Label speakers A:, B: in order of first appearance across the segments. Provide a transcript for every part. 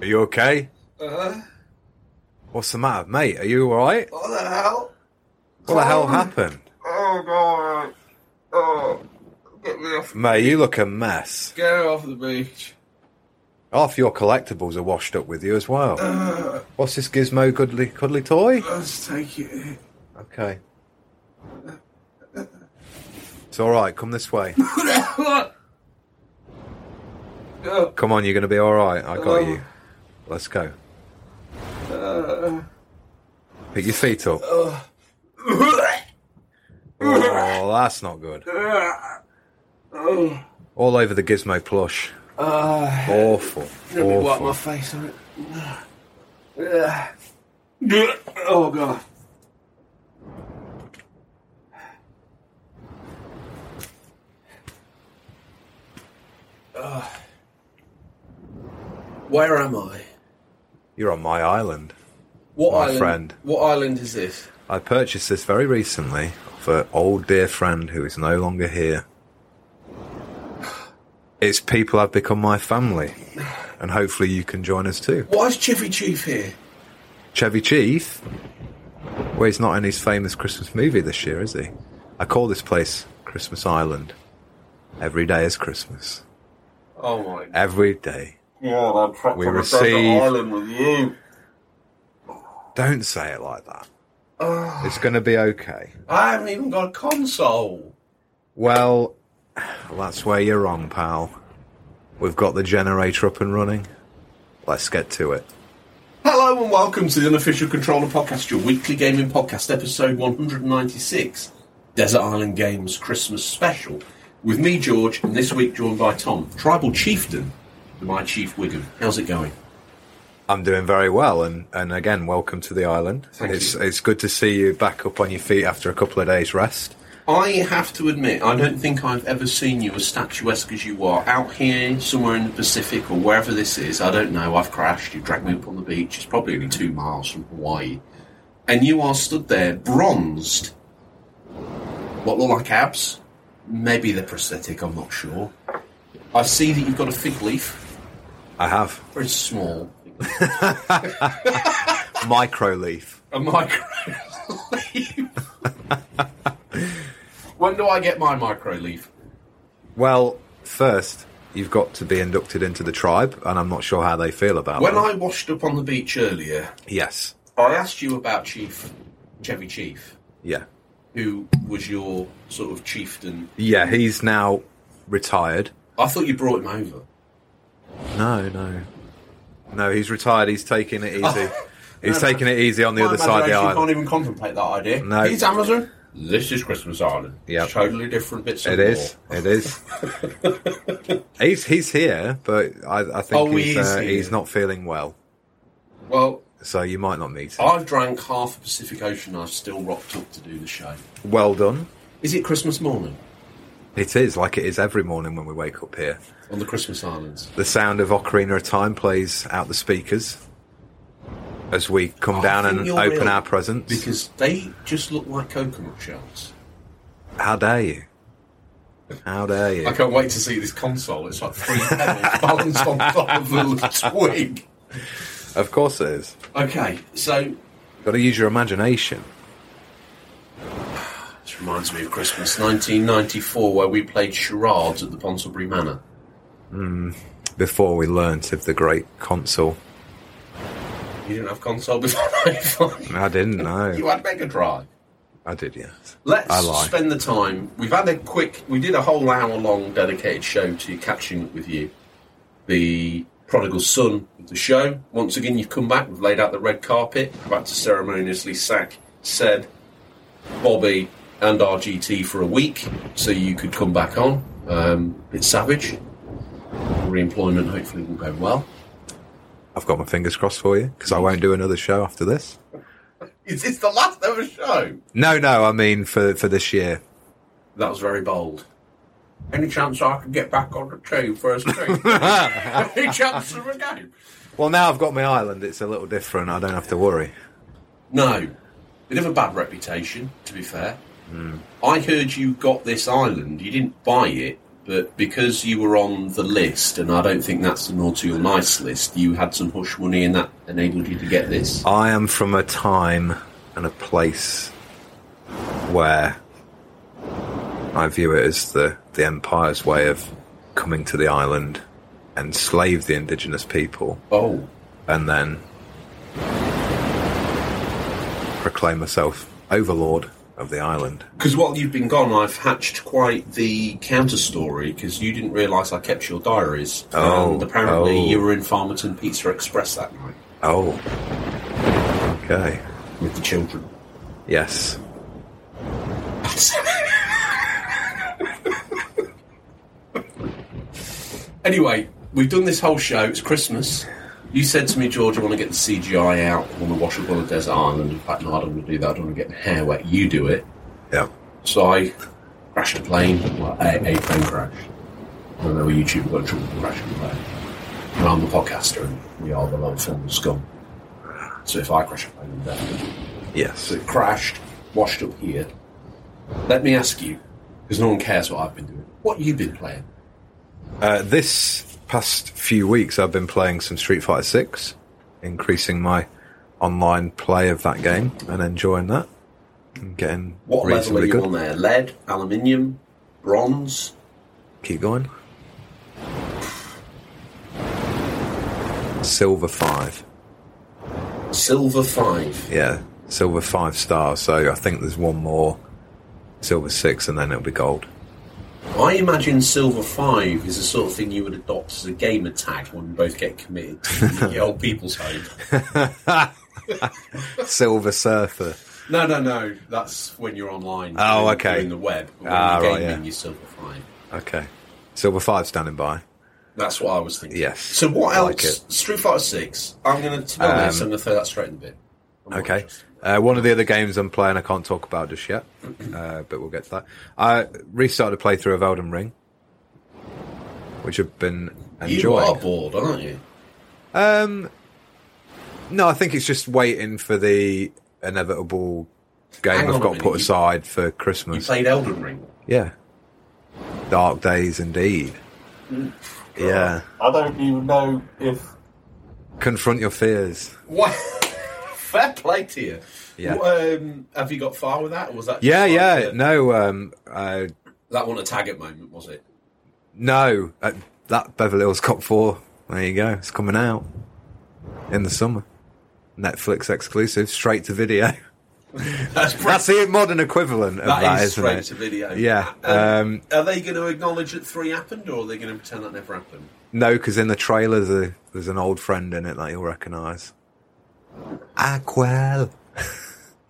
A: Are you okay?
B: Uh-huh.
A: What's the matter, mate? Are you alright?
B: What the hell?
A: What the hell happened?
B: Oh, God. Oh, get me off.
A: Mate, you look a mess.
B: Get her off the beach.
A: Half your collectibles are washed up with you as well. What's this gizmo cuddly, cuddly toy?
B: Let's take it.
A: Okay. It's alright, come this way.
B: what? Oh,
A: Come on, you're going to be alright. I got
B: Hello.
A: you. Let's go. Pick your feet up. Oh, that's not good. All over the gizmo plush.
B: uh,
A: Awful.
B: let me wipe my
A: Awful.
B: face on it. Oh, God. Ah. Where am I?
A: You're on my island.
B: What
A: My
B: island?
A: friend.
B: What island is this?
A: I purchased this very recently of an old dear friend who is no longer here. It's people have become my family, and hopefully you can join us too.
B: Why is Chiffy Chief here?
A: Chevy Chief. Well, he's not in his famous Christmas movie this year, is he? I call this place Christmas Island. Every day is Christmas.
B: Oh my god!
A: Every day.
B: Yeah, I'm trapped
A: Eh, We
B: on a
A: receive-
B: desert island with you.
A: Don't say it like that. It's going to be okay.
B: I haven't even got a console.
A: Well, that's where you're wrong, pal. We've got the generator up and running. Let's get to it.
B: Hello and welcome to the Unofficial Controller Podcast, your weekly gaming podcast, episode 196, Desert Island Games Christmas Special. With me, George, and this week joined by Tom, Tribal Chieftain, my Chief Wiggum. How's it going?
A: I'm doing very well, and, and again, welcome to the island.
B: Thank
A: it's
B: you.
A: it's good to see you back up on your feet after a couple of days rest.
B: I have to admit, I don't think I've ever seen you as statuesque as you are. Out here, somewhere in the Pacific or wherever this is, I don't know, I've crashed, you dragged me up on the beach, it's probably only two miles from Hawaii. And you are stood there, bronzed. What look like abs? Maybe they're prosthetic, I'm not sure. I see that you've got a fig leaf,
A: I have
B: very small.
A: micro leaf.
B: A micro leaf. when do I get my micro leaf?
A: Well, first you've got to be inducted into the tribe, and I'm not sure how they feel about
B: When
A: that.
B: I washed up on the beach earlier,
A: yes,
B: I asked you about Chief Chevy Chief,
A: yeah,
B: who was your sort of chieftain.
A: yeah. He's now retired.
B: I thought you brought him over.
A: No, no, no. He's retired. He's taking it easy. He's
B: No, no.
A: taking it easy on the
B: Oh. My
A: other side of the
B: imagination
A: island.
B: Can't even contemplate that idea.
A: No.
B: it's Amazon. This is Christmas Island.
A: Yeah.
B: It's totally different bits. Of
A: It is.
B: lore.
A: It is. he's he's here, but I, I think
B: Oh,
A: he's,
B: he is
A: uh,
B: here.
A: he's not feeling well,
B: Well,
A: so you might not meet him.
B: I've drank half the Pacific Ocean. I've still rocked up to do the show.
A: Well done.
B: Is it Christmas morning
A: It is like it is every morning when we wake up here.
B: on the Christmas Islands?
A: The sound of Ocarina of Time plays out the speakers as we come
B: I
A: down
B: think
A: and
B: you're
A: open
B: ill,
A: our presents.
B: because they just look like coconut shells.
A: How dare you? How dare you?
B: I can't wait to see this console. It's like three pedals balanced on top of a little twig.
A: Of course it is.
B: Okay, so
A: Got to use your imagination.
B: this reminds me of Christmas 1994, where we played charades at the Ponsonbury Manor.
A: Before we learnt of the great console,
B: You didn't have console before 95.
A: I didn't
B: You
A: know.
B: had Mega Drive.
A: I did, yes.
B: Let's
A: I lie.
B: spend the time. We've had a quick. We did a whole hour long dedicated show to catching up with you. The prodigal son of the show. Once again, you've come back. We've laid out the red carpet. About to ceremoniously sack said Bobby and RGT for a week, so you could come back on. Um, it's savage. Reemployment hopefully will go well.
A: I've got my fingers crossed for you because I won't do another show after this.
B: Is this the last ever show?
A: No, no, I mean for for this year.
B: That was very bold. Any chance I could get back on the train first thing? Any chance of a game?
A: Well, now I've got my island. It's a little different. I don't have to worry.
B: No. Bit of a bad reputation, to be fair. I heard you got this island. You didn't buy it, but because you were on the list, and I don't think that's the naughty or nice list, you had some hush money and that enabled you to get this.
A: I am from a time and a place where I view it as the, the empire's way of coming to the island, enslave the indigenous people,
B: Oh,
A: and then proclaim myself overlord of the island.
B: Because while you've been gone, I've hatched quite the counter story because you didn't realise I kept your diaries.
A: Oh,
B: and apparently
A: oh.
B: you were in Farmerton Pizza Express that night
A: Oh. Okay.
B: with the children.
A: Yes.
B: anyway, we've done this whole show. It's Christmas. You said to me, George, I want to get the CGI out. I want to wash up on a desert island. In fact, no, I don't want to do that. I don't want to get my hair wet. You do it.
A: Yeah.
B: So I crashed a plane, well, a, a plane crash. I don't know where YouTube got in trouble for crashing a plane. And I'm the podcaster, and we are the long film scum. So if I crash a plane, I'm dead.
A: Yes.
B: So it crashed, washed up here. Let me ask you, because no one cares what I've been doing. What you been playing?
A: Uh, this past few weeks, I've been playing some Street Fighter Six, increasing my online play of that game and enjoying that. And getting
B: What level are
A: reasonably
B: you
A: good.
B: on there? Lead, aluminium, bronze?
A: Keep going. Silver five,
B: Silver five.
A: yeah, silver five stars. So I think there's one more, silver six, and then it'll be gold.
B: I imagine silver five is the sort of thing you would adopt as a gamer tag when we both get committed to the old people's home.
A: Silver surfer.
B: No, no, no. That's when you're online.
A: Oh,
B: doing-
A: okay.
B: Doing the web. But when
A: Ah,
B: you're
A: right,
B: gaming,
A: yeah.
B: you're silver fine.
A: Okay, silver five standing by.
B: That's what I was thinking.
A: Yes.
B: So what
A: I
B: else?
A: like it. Um,
B: Street Fighter Six. I'm going to tell this. I'm going to throw that straight in the bin. I'm not
A: Okay.
B: interested.
A: Uh, one of the other games I'm playing, I can't talk about just yet, uh, but we'll get to that. I restarted a playthrough of Elden Ring, which I've been
B: You are
A: enjoying.
B: bored, aren't you?
A: Um, no, I think it's just waiting for the inevitable game
B: Hang on
A: I've
B: a
A: got
B: minute,
A: put
B: you-
A: aside for
B: You
A: Christmas.
B: played Elden Ring.
A: yeah. Dark days indeed.
B: Mm.
A: Yeah.
B: I don't even know if.
A: Confront your fears.
B: What? Fair play to you.
A: Yeah.
B: What, um, have you got far with that, or was that? just
A: Yeah,
B: like
A: yeah.
B: a-
A: No, um, uh,
B: That one a tag at moment was it?
A: No, uh, that Beverly Hills Cop 4. There you go. It's coming out in the summer. Netflix exclusive, straight to video.
B: That's pretty,
A: That's the modern equivalent of
B: that
A: that,
B: is
A: isn't
B: straight
A: it?
B: to video.
A: Yeah. Um,
B: Are they going to acknowledge that three happened, or are they going to pretend that never happened?
A: no, because in the trailer the, there's an old friend in it that you'll recognise. Aquel.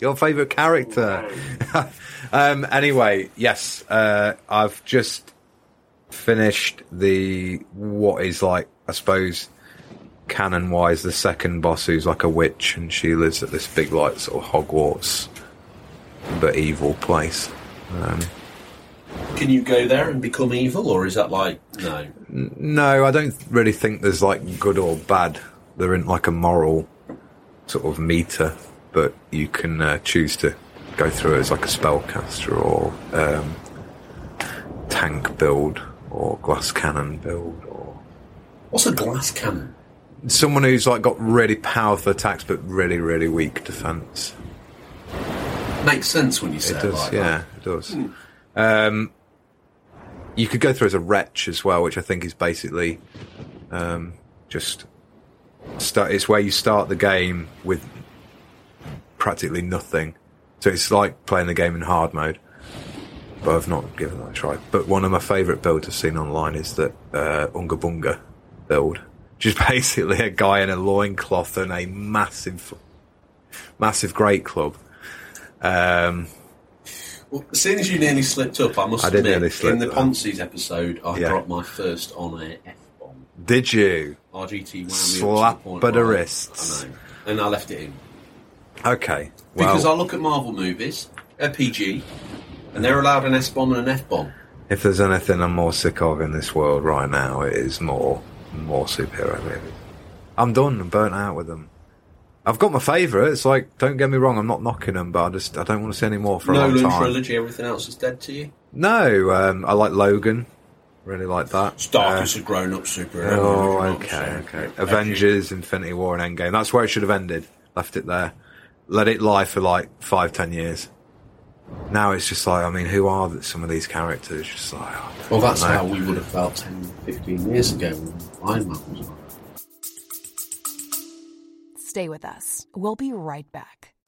A: Your favourite character. um, anyway, yes, uh, I've just finished the what is like, I suppose, canon wise, the second boss who's like a witch and she lives at this big, like, sort of Hogwarts but evil place. Um,
B: Can you go there and become evil, or is that like no?
A: No, I don't really think there's like good or bad. There isn't like a moral sort of meter, but you can uh, choose to go through it as like a spellcaster or um, tank build or glass cannon build or
B: What's a glass cannon?
A: someone who's like got really powerful attacks but really really weak defense.
B: Makes sense when you say it,
A: It does,
B: like
A: yeah,
B: that.
A: it does. Um, you could go through as a wretch as well, which I think is basically um, just start. It's where you start the game with practically nothing, so it's like playing the game in hard mode. But I've not given that a try. But one of my favourite builds I've seen online is that uh, Unga Bunga, build. Just basically a guy in a loincloth and a massive, massive great club. Um,
B: Well, seeing as you nearly slipped up, I must
A: I did
B: admit,
A: nearly slip
B: in the
A: up.
B: Ponzi's episode, I
A: Yeah.
B: dropped my first on air F bomb.
A: did you?
B: RGT wound me up
A: Slap
B: to the point
A: by the
B: where I-
A: wrists.
B: I know. And I left it in.
A: Okay. Well,
B: Because I look at Marvel movies, a PG, and they're allowed an S bomb and an F bomb.
A: if there's anything I'm more sick of in this world right now, it is more more superhero movies. I'm done. I'm burnt out with them. I've got my favourites. Like, don't get me wrong, I'm not knocking them, but I just I don't want to see any more for a long
B: Nolan
A: time.
B: trilogy, everything else is dead to you.
A: No, um, I like Logan. Really like that. Uh,
B: Stark's a grown up superhero.
A: Oh,
B: I'm not
A: okay,
B: saying.
A: okay. Avengers, Infinity War, and Endgame. That's where it should have ended. Left it there. Let it lie for like five, ten years. Now it's just like, I mean, who are th- some of these characters? Just like, oh,
B: Well, that's
A: I
B: how
A: don't know.
B: we would have felt 10, 15 years ago when Iron Man was on.
C: Stay with us. We'll be right back.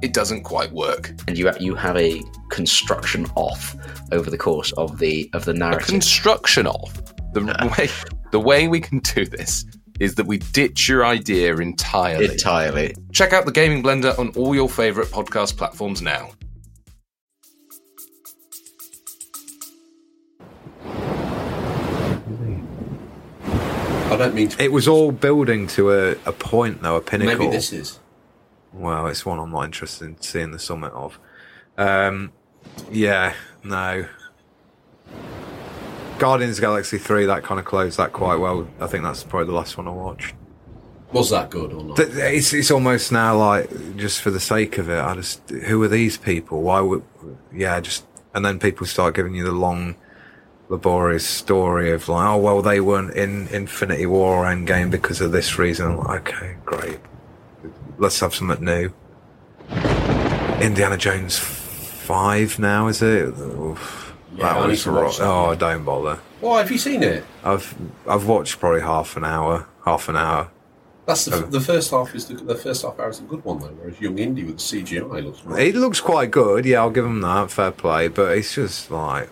D: it doesn't quite work.
E: And you you have a construction off over the course of the of the
D: A
E: narrative.
D: construction of the way the way we can do this is that we ditch your idea entirely.
E: entirely.
D: Check out the Gaming Blender on all your favorite podcast platforms now.
B: I don't mean to.
A: It was all building to a, a point, though, a pinnacle.
B: Maybe this is.
A: Well, it's one I'm not interested in seeing the summit of. Um, yeah, no. Guardians of the Galaxy 3, that kind of closed that quite well. I think that's probably the last one I watched.
B: Was that good or not?
A: Th- It's, it's almost now like, just for the sake of it, I just, who are these people? Why would, yeah, just, and then people start giving you the long, laborious story of like, oh, well, they weren't in Infinity War or Endgame because of this reason. I'm like, okay, great. Let's have something new. Indiana Jones 5 now, is it? Oof.
B: Yeah, I
A: that
B: need
A: was
B: to watch
A: rough.
B: that.
A: Oh, don't bother.
B: Why have you seen it?
A: I've, I've watched probably half an hour, half an hour.
B: That's
A: Oh.
B: the, the first half is the, the first half hour is a good one though, whereas Young Indy with the CGI looks. Right.
A: He looks quite good. Yeah, I'll give him that. Fair play, but it's just like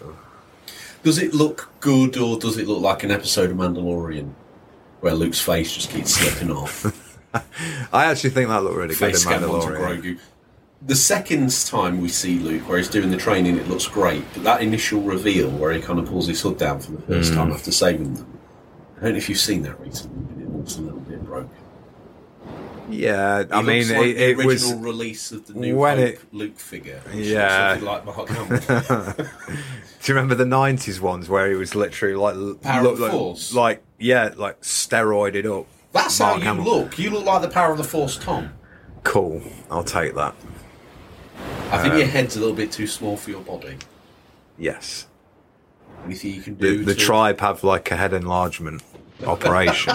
B: Does it look good or does it look like an episode of Mandalorian where Luke's face just keeps slipping off?
A: I actually think that looked really good
B: face
A: in
B: scan onto
A: Mandalorian.
B: Grogu. The second time we see Luke, where he's doing the training, it looks great. But that initial reveal, where he kind of pulls his hood down for the
A: Mm.
B: first time after saving them, I don't know if you've seen that recently, but it looks a little bit broken.
A: Yeah,
B: He
A: I mean,
B: looks like
A: it,
B: the
A: it
B: original
A: was.
B: release of the new
A: when
B: Hope
A: it-
B: Luke figure. which looks
A: Yeah.
B: something like Mark Hamill.
A: Do you remember the '90s ones where he was literally like l-
B: Power
A: looked
B: of
A: like,
B: Force?
A: like yeah, like steroided up.
B: That's
A: Mark
B: how you
A: Hamill.
B: look. You look like the power of the Force, Tom.
A: Cool, I'll take that.
B: I
A: Uh,
B: think your head's a little bit too small for your body.
A: Yes,
B: Anything you can
A: the,
B: do?
A: the
B: to...
A: tribe have like a head enlargement operation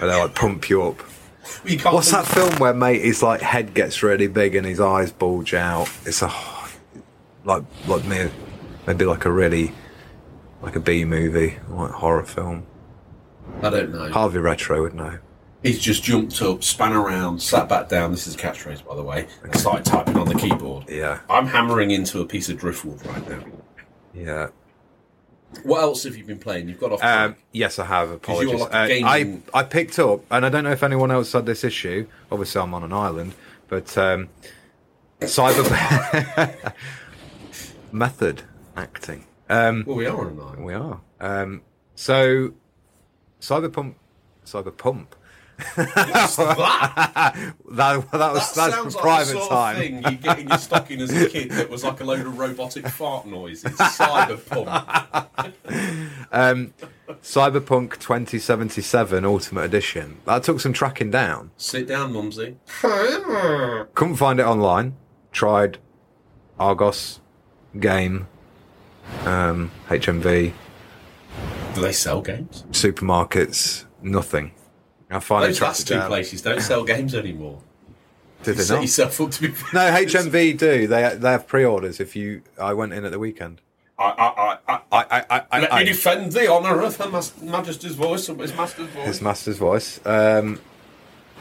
A: where they like pump you up.
B: You can't
A: What's that
B: think-
A: film where mate his like head gets really big and his eyes bulge out? It's a like like me maybe like a really like a B movie, like horror film.
B: I don't know.
A: Harvey Retro would know.
B: He's just jumped up, span around, sat back down. This is a catchphrase, by the way. And started typing on the keyboard.
A: Yeah.
B: I'm hammering into a piece of driftwood right now.
A: Yeah.
B: What else have you been playing? You've got off.
A: Um,
B: track.
A: yes, I have. Apologies.
B: you're like a
A: Uh, I
B: gaming-
A: I picked up, and I don't know if anyone else had this issue. Obviously, I'm on an island, but um, cyber method acting.
B: well, we are on a night.
A: We are. Um, so, Cyberpump, Cyberpump.
B: that
A: That, that was
B: that
A: that's
B: sounds
A: for
B: like
A: private
B: the sort
A: time.
B: of thing you get in your stocking as a kid that was like a load of robotic fart noises. Cyberpunk.
A: Cyberpunk 2077 Ultimate Edition. That took some tracking down.
B: Sit down, Mumsy.
A: Couldn't find it online. Tried Argos, Game, um, HMV,
B: Do they sell games?
A: supermarkets. Nothing. I finally
B: Those
A: tracked
B: last
A: it
B: two
A: down.
B: places don't sell games anymore.
A: Did they
B: set
A: not?
B: yourself up to be.
A: No, HMV do. They they have pre-orders. If you, I went in at the weekend.
B: I, I, I, I,
A: I, I, I,
B: let
A: I,
B: me defend the honour of Her mas- Majesty's voice and His Master's voice.
A: his master's voice. Um,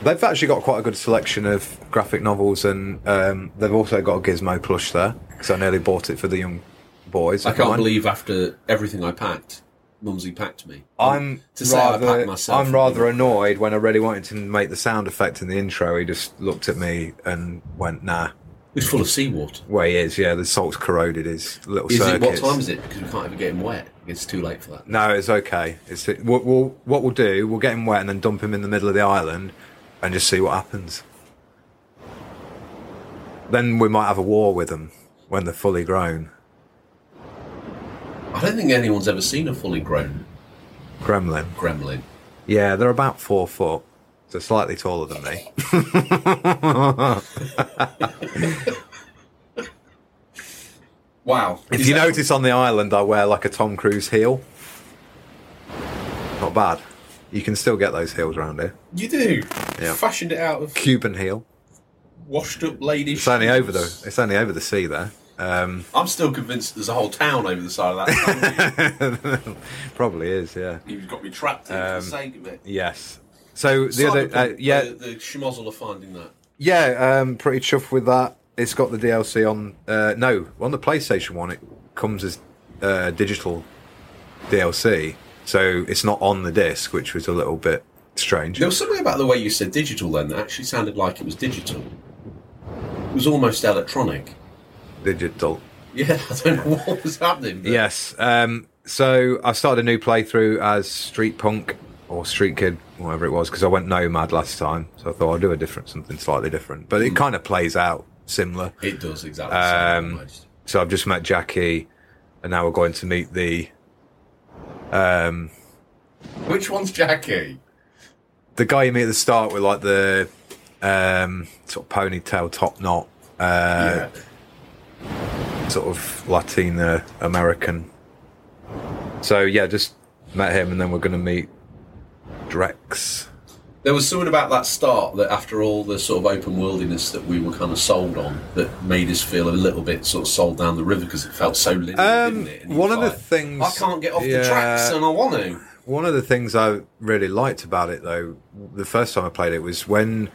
A: they've actually got quite a good selection of graphic novels, and um, they've also got a Gizmo plush there because I nearly bought it for the young boys.
B: I
A: of
B: can't
A: mine.
B: believe after everything I packed, Mumsy packed me.
A: I'm
B: to say I
A: rather,
B: packed myself.
A: I'm rather annoyed when I really wanted to make the sound effect in the intro. He just looked at me and went, "Nah."
B: It's full of seawater.
A: Well, he is. Yeah, the salt's corroded his little
B: Is it, what
A: circuits.
B: time is it? Because we can't even get him wet. It's too late for that.
A: No, it's okay. It's we'll, we'll, what we'll do. We'll get him wet and then dump him in the middle of the island, and just see what happens. Then we might have a war with them when they're fully grown
B: I don't think anyone's ever seen a fully grown
A: gremlin.
B: gremlin.
A: Yeah, they're about four foot, so slightly taller than me.
B: Wow.
A: If
B: Is
A: you
B: that-
A: notice on the island, I wear like a Tom Cruise heel. Not bad. You can still get those heels around here.
B: You do.
A: Yeah.
B: Fashioned it out of
A: Cuban heel.
B: washed up ladies.
A: It's only over the. It's only over the sea there. Um,
B: I'm still convinced there's a whole town over the side of that.
A: probably is. Yeah.
B: You've got me trapped in for the sake of it.
A: Yes. So Um, the other. Uh,
B: Cyberpunk,
A: yeah.
B: The, the schmozzle are finding that.
A: Yeah. Um, pretty chuffed with that. It's got the DLC on. Uh, no, on the PlayStation one, it comes as uh, digital DLC. So it's not on the disc, which was a little bit strange.
B: There was something about the way you said digital then that actually sounded like it was digital. It was almost electronic.
A: Digital.
B: Yeah, I don't know what was happening. but-
A: Yes. Um, so I started a new playthrough as Street Punk or Street Kid, whatever it was, because I went Nomad last time. So I thought I'll do a different, something slightly different. But it kind of plays out similar.
B: It does exactly. sound
A: Um,
B: almost.
A: So I've just met Jackie, and now we're going to meet the
B: Which one's Jackie?
A: the guy you meet at the start with like the um, sort of ponytail top knot, uh,
B: yeah.
A: sort of Latina American. So yeah, just met him, and then we're going to meet Drex.
B: There was something about that start that, after all the sort of open worldiness that we were kind of sold on, that made us feel a little bit sort of sold down the river because it felt so linear,
A: Um,
B: didn't it?
A: one
B: you
A: of the
B: like,
A: things-
B: I can't get off
A: yeah.
B: the tracks, and I want to.
A: One of the things I really liked about it, though, the first time I played it was when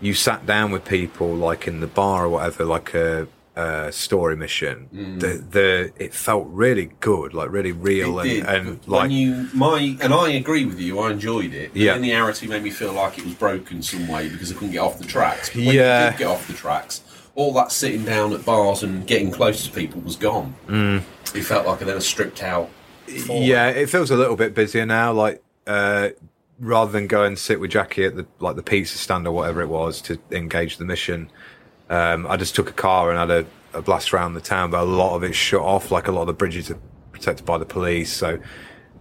A: you sat down with people, like in the bar or whatever, like a, a story mission.
B: Mm.
A: The, the it felt really good, like really
B: It
A: real, and,
B: did,
A: and
B: but
A: like
B: when you my and I agree with you. I enjoyed it.
A: Yeah.
B: Yeah. Linearity made me feel like it was broken some way because I couldn't get off the tracks. But when
A: Yeah.
B: you did get off the tracks, all that sitting down at bars and getting close to people was gone. It felt like I then was stripped out. for
A: Mm. Yeah, it feels a little bit busier now. Like uh, rather than go and sit with Jackie at the like the pizza stand or whatever it was to engage the mission, um, I just took a car and had a, a blast around the town. But a lot of it's shut off. Like a lot of the bridges are protected by the police. So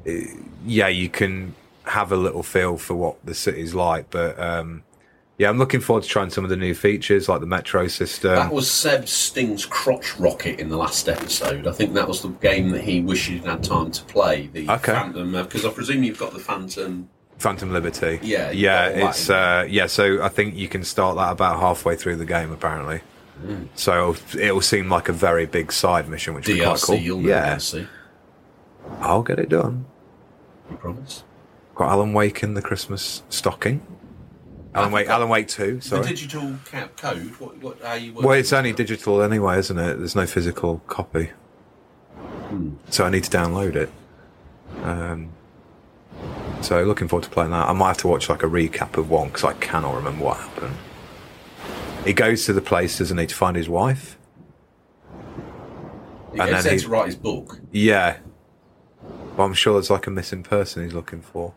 A: uh, yeah, you can have a little feel for what the city's like. But um, yeah, I'm looking forward to trying some of the new features like the metro system.
B: That was Seb Sting's crotch rocket in the last episode. I think that was the game that he wished he'd had time to play. The
A: Okay.
B: Phantom, because I presume you've got the Phantom.
A: Phantom Liberty.
B: Yeah, you
A: yeah,
B: got all that
A: it's
B: in
A: uh, yeah. So I think you can start that about halfway through the game, apparently.
B: Mm.
A: So it'll, it'll seem like a very big side mission, which is
B: DLC,
A: quite cool.
B: you'll never
A: yeah,
B: see.
A: I'll get it done.
B: I promise.
A: Got Alan Wake in the Christmas stocking. Alan Wake, Alan Wake Two.
B: The
A: Sorry.
B: digital ca- code. What? What are you?
A: Well, it's
B: working
A: only
B: on?
A: digital anyway, isn't it? There's no physical copy, so I need to download it. Um, so looking forward to playing that. I might have to watch like a recap of one because I cannot remember what happened. He goes to the place, doesn't he, to find his wife?
B: He
A: and
B: gets
A: then
B: Ed
A: he-
B: to write his book.
A: Yeah. But I'm sure there's like a missing person he's looking for.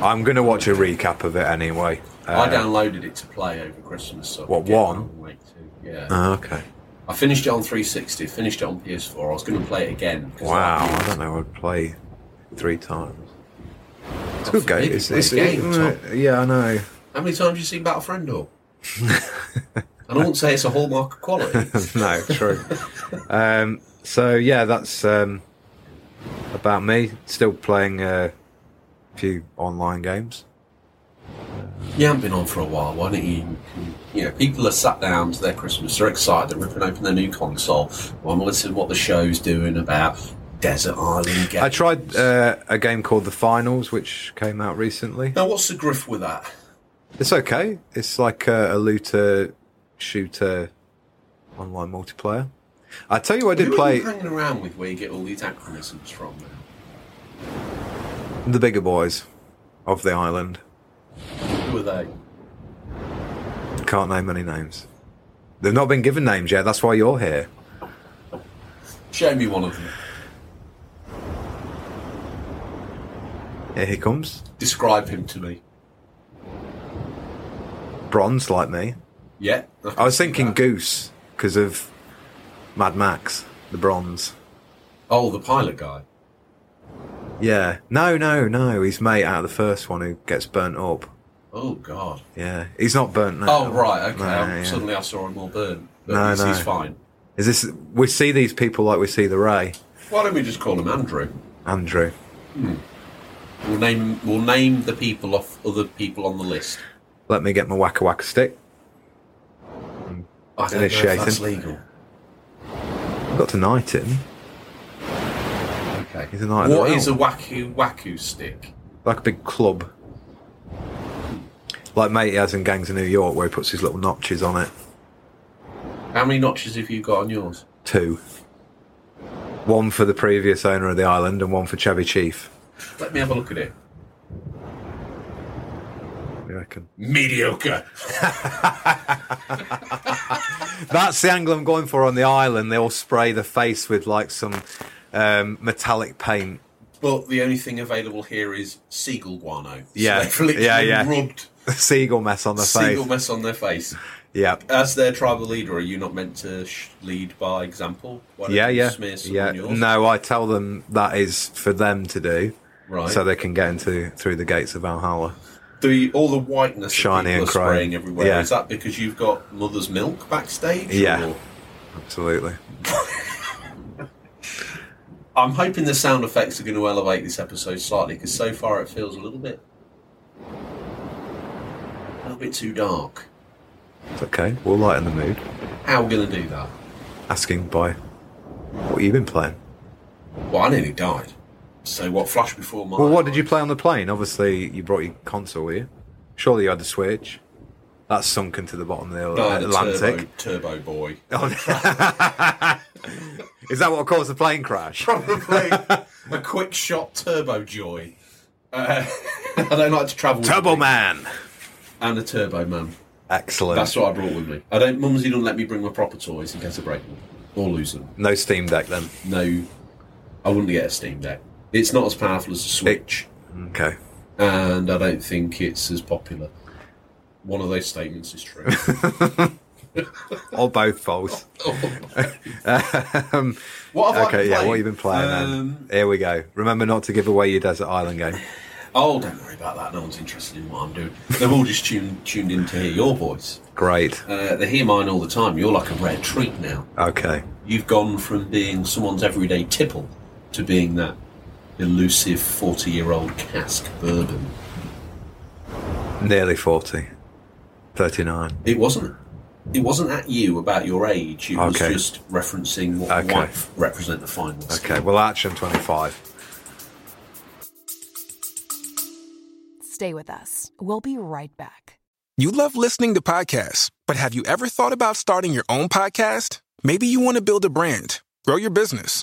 A: I'm going to watch a recap of it anyway.
B: I downloaded it to play over Christmas. So I
A: Uh, What,
B: could get
A: one?
B: around late too. Yeah.
A: Ah, okay.
B: I finished it on 360. Finished it on PS4. I was going to play it again. 'cause
A: Wow,
B: I-
A: I don't know. I'd play three times. It's a
B: I
A: good
B: forbid
A: game.
B: you
A: It's,
B: play
A: it's,
B: a game,
A: uh, yeah, I know.
B: How many times have you seen Battlefriend or? and I wouldn't say it's a hallmark of quality.
A: no, true. um, so yeah, that's um, uh, about me. Still playing a few online games.
B: You haven't been on for a while. Why don't you? You know, people are sat down to their Christmas. They're excited. They're ripping open their new console. I'm listening to what the show's doing about desert island games.
A: I tried uh, a game called The Finals, which came out recently.
B: Now, what's the griff with that?
A: It's okay. It's like a, a looter shooter online multiplayer. I tell you, what I did
B: Who are you
A: play
B: hanging around with where you get all these acronyms from? Now?
A: the bigger boys of the island.
B: Who are they?
A: Can't name any names. They've not been given names yet. That's why you're here.
B: Show me one of them.
A: Here he comes.
B: Describe him to me.
A: Bronze, like me.
B: Yeah. Uh,
A: I was thinking Goose because of Mad Max, the bronze.
B: Oh, the pilot guy.
A: Yeah. No, no, no. His mate out of the first one who gets burnt up.
B: Oh God.
A: Yeah. He's not burnt now.
B: Oh right. Okay.
A: No,
B: I'm-
A: yeah.
B: Suddenly I saw him all burn. But
A: No,
B: he's,
A: no.
B: he's fine.
A: Is this. We see these people like we see the Ray.
B: Why don't we just call him Andrew?
A: Andrew.
B: We'll name we'll name the people off other people on the list.
A: Let me get my wacka wacka stick.
B: I don't know
A: Initiate
B: if that's
A: him.
B: legal.
A: I've got to knight him.
B: Okay.
A: He's a knight of the
B: What
A: realm.
B: is a waku waku stick?
A: Like a big club. Like mate he has in Gangs of New York where he puts his little notches on it.
B: How many notches have you got on yours?
A: Two. One for the previous owner of the island and one for Chevy Chief.
B: Let me have a look at it.
A: What do you reckon?
B: Mediocre.
A: That's the angle I'm going for on the island. They all spray the face with like some um, metallic paint.
B: But the only thing available here is seagull guano. So
A: Yeah.
B: they've literally
A: Yeah, yeah.
B: rubbed
A: Seagull mess on the
B: seagull
A: face.
B: mess Uh, on their face.
A: yeah.
B: As their tribal leader, are you not meant to sh- lead by example? Why don't
A: Yeah,
B: you
A: yeah.
B: Smear some
A: Yeah.
B: on yours?
A: No, I tell them that is for them to do.
B: Right.
A: So they can get into through the gates of Valhalla.
B: the all the whiteness that people
A: Shiny and
B: are
A: chrome.
B: spraying everywhere.
A: Yeah.
B: Is that because you've got mother's milk backstage?
A: Yeah.
B: or-
A: Absolutely.
B: I'm hoping the sound effects are going to elevate this episode slightly because so far it feels a little bit, a little bit too dark.
A: It's okay. We'll lighten the mood.
B: How are we going to do that?
A: Asking by what you been playing?
B: Well, I nearly died. So what? Flash before my.
A: Well, what did you
B: eyes.
A: play on the plane? Obviously, you brought your console with you. Surely you had the Switch. That's sunk into the bottom of the
B: By the
A: Atlantic.
B: Turbo, turbo boy.
A: Oh, no. Is that what caused the plane crash?
B: Probably a quick shot turbo joy. Uh, I don't like to travel. with
A: Turbo
B: me.
A: Man.
B: and a turbo man.
A: Excellent.
B: That's what I brought with me. I don't. Mumsy don't let me bring my proper toys in case I break them or lose them.
A: No Steam Deck then.
B: No, I wouldn't get a Steam Deck. It's not as powerful as a Switch,
A: Okay.
B: and I don't think it's as popular. One of those statements is true.
A: Or both false. um,
B: what have I
A: okay,
B: been
A: yeah,
B: playing?
A: what you been playing
B: Um,
A: then? Here we go. Remember not to give away your Desert Island game.
B: Oh, don't worry about that. No one's interested in what I'm doing. They've all just tuned tuned in to hear your voice.
A: Great.
B: Uh, they hear mine all the time. You're like a rare treat now.
A: Okay.
B: You've gone from being someone's everyday tipple to being that elusive 40 year old cask bourbon.
A: Nearly 40. 39.
B: It wasn't. It wasn't at you about your age. It was
A: Okay.
B: just referencing what
A: Okay.
B: might represent the finals.
A: Okay, well, Action 25.
C: Stay with us. We'll be right back.
F: You love listening to podcasts, but have you ever thought about starting your own podcast? Maybe you want to build a brand, grow your business,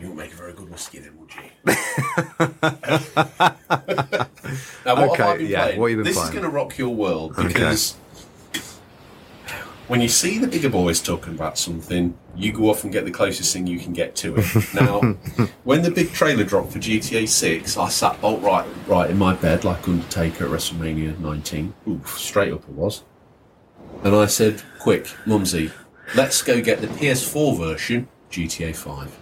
B: You won't make a very good whiskey then, would you? now, what have I
A: Okay,
B: been
A: yeah,
B: playing?
A: what have you been
B: this
A: playing?
B: is going to rock your world because when you see the bigger boys talking about something, you go off and get the closest thing you can get to it. now, when the big trailer dropped for GTA 6, I sat bolt right, right in my bed like Undertaker at WrestleMania 19. Oof, straight up it was. And I said, quick, Mumsy, let's go get the PS4 version, GTA 5.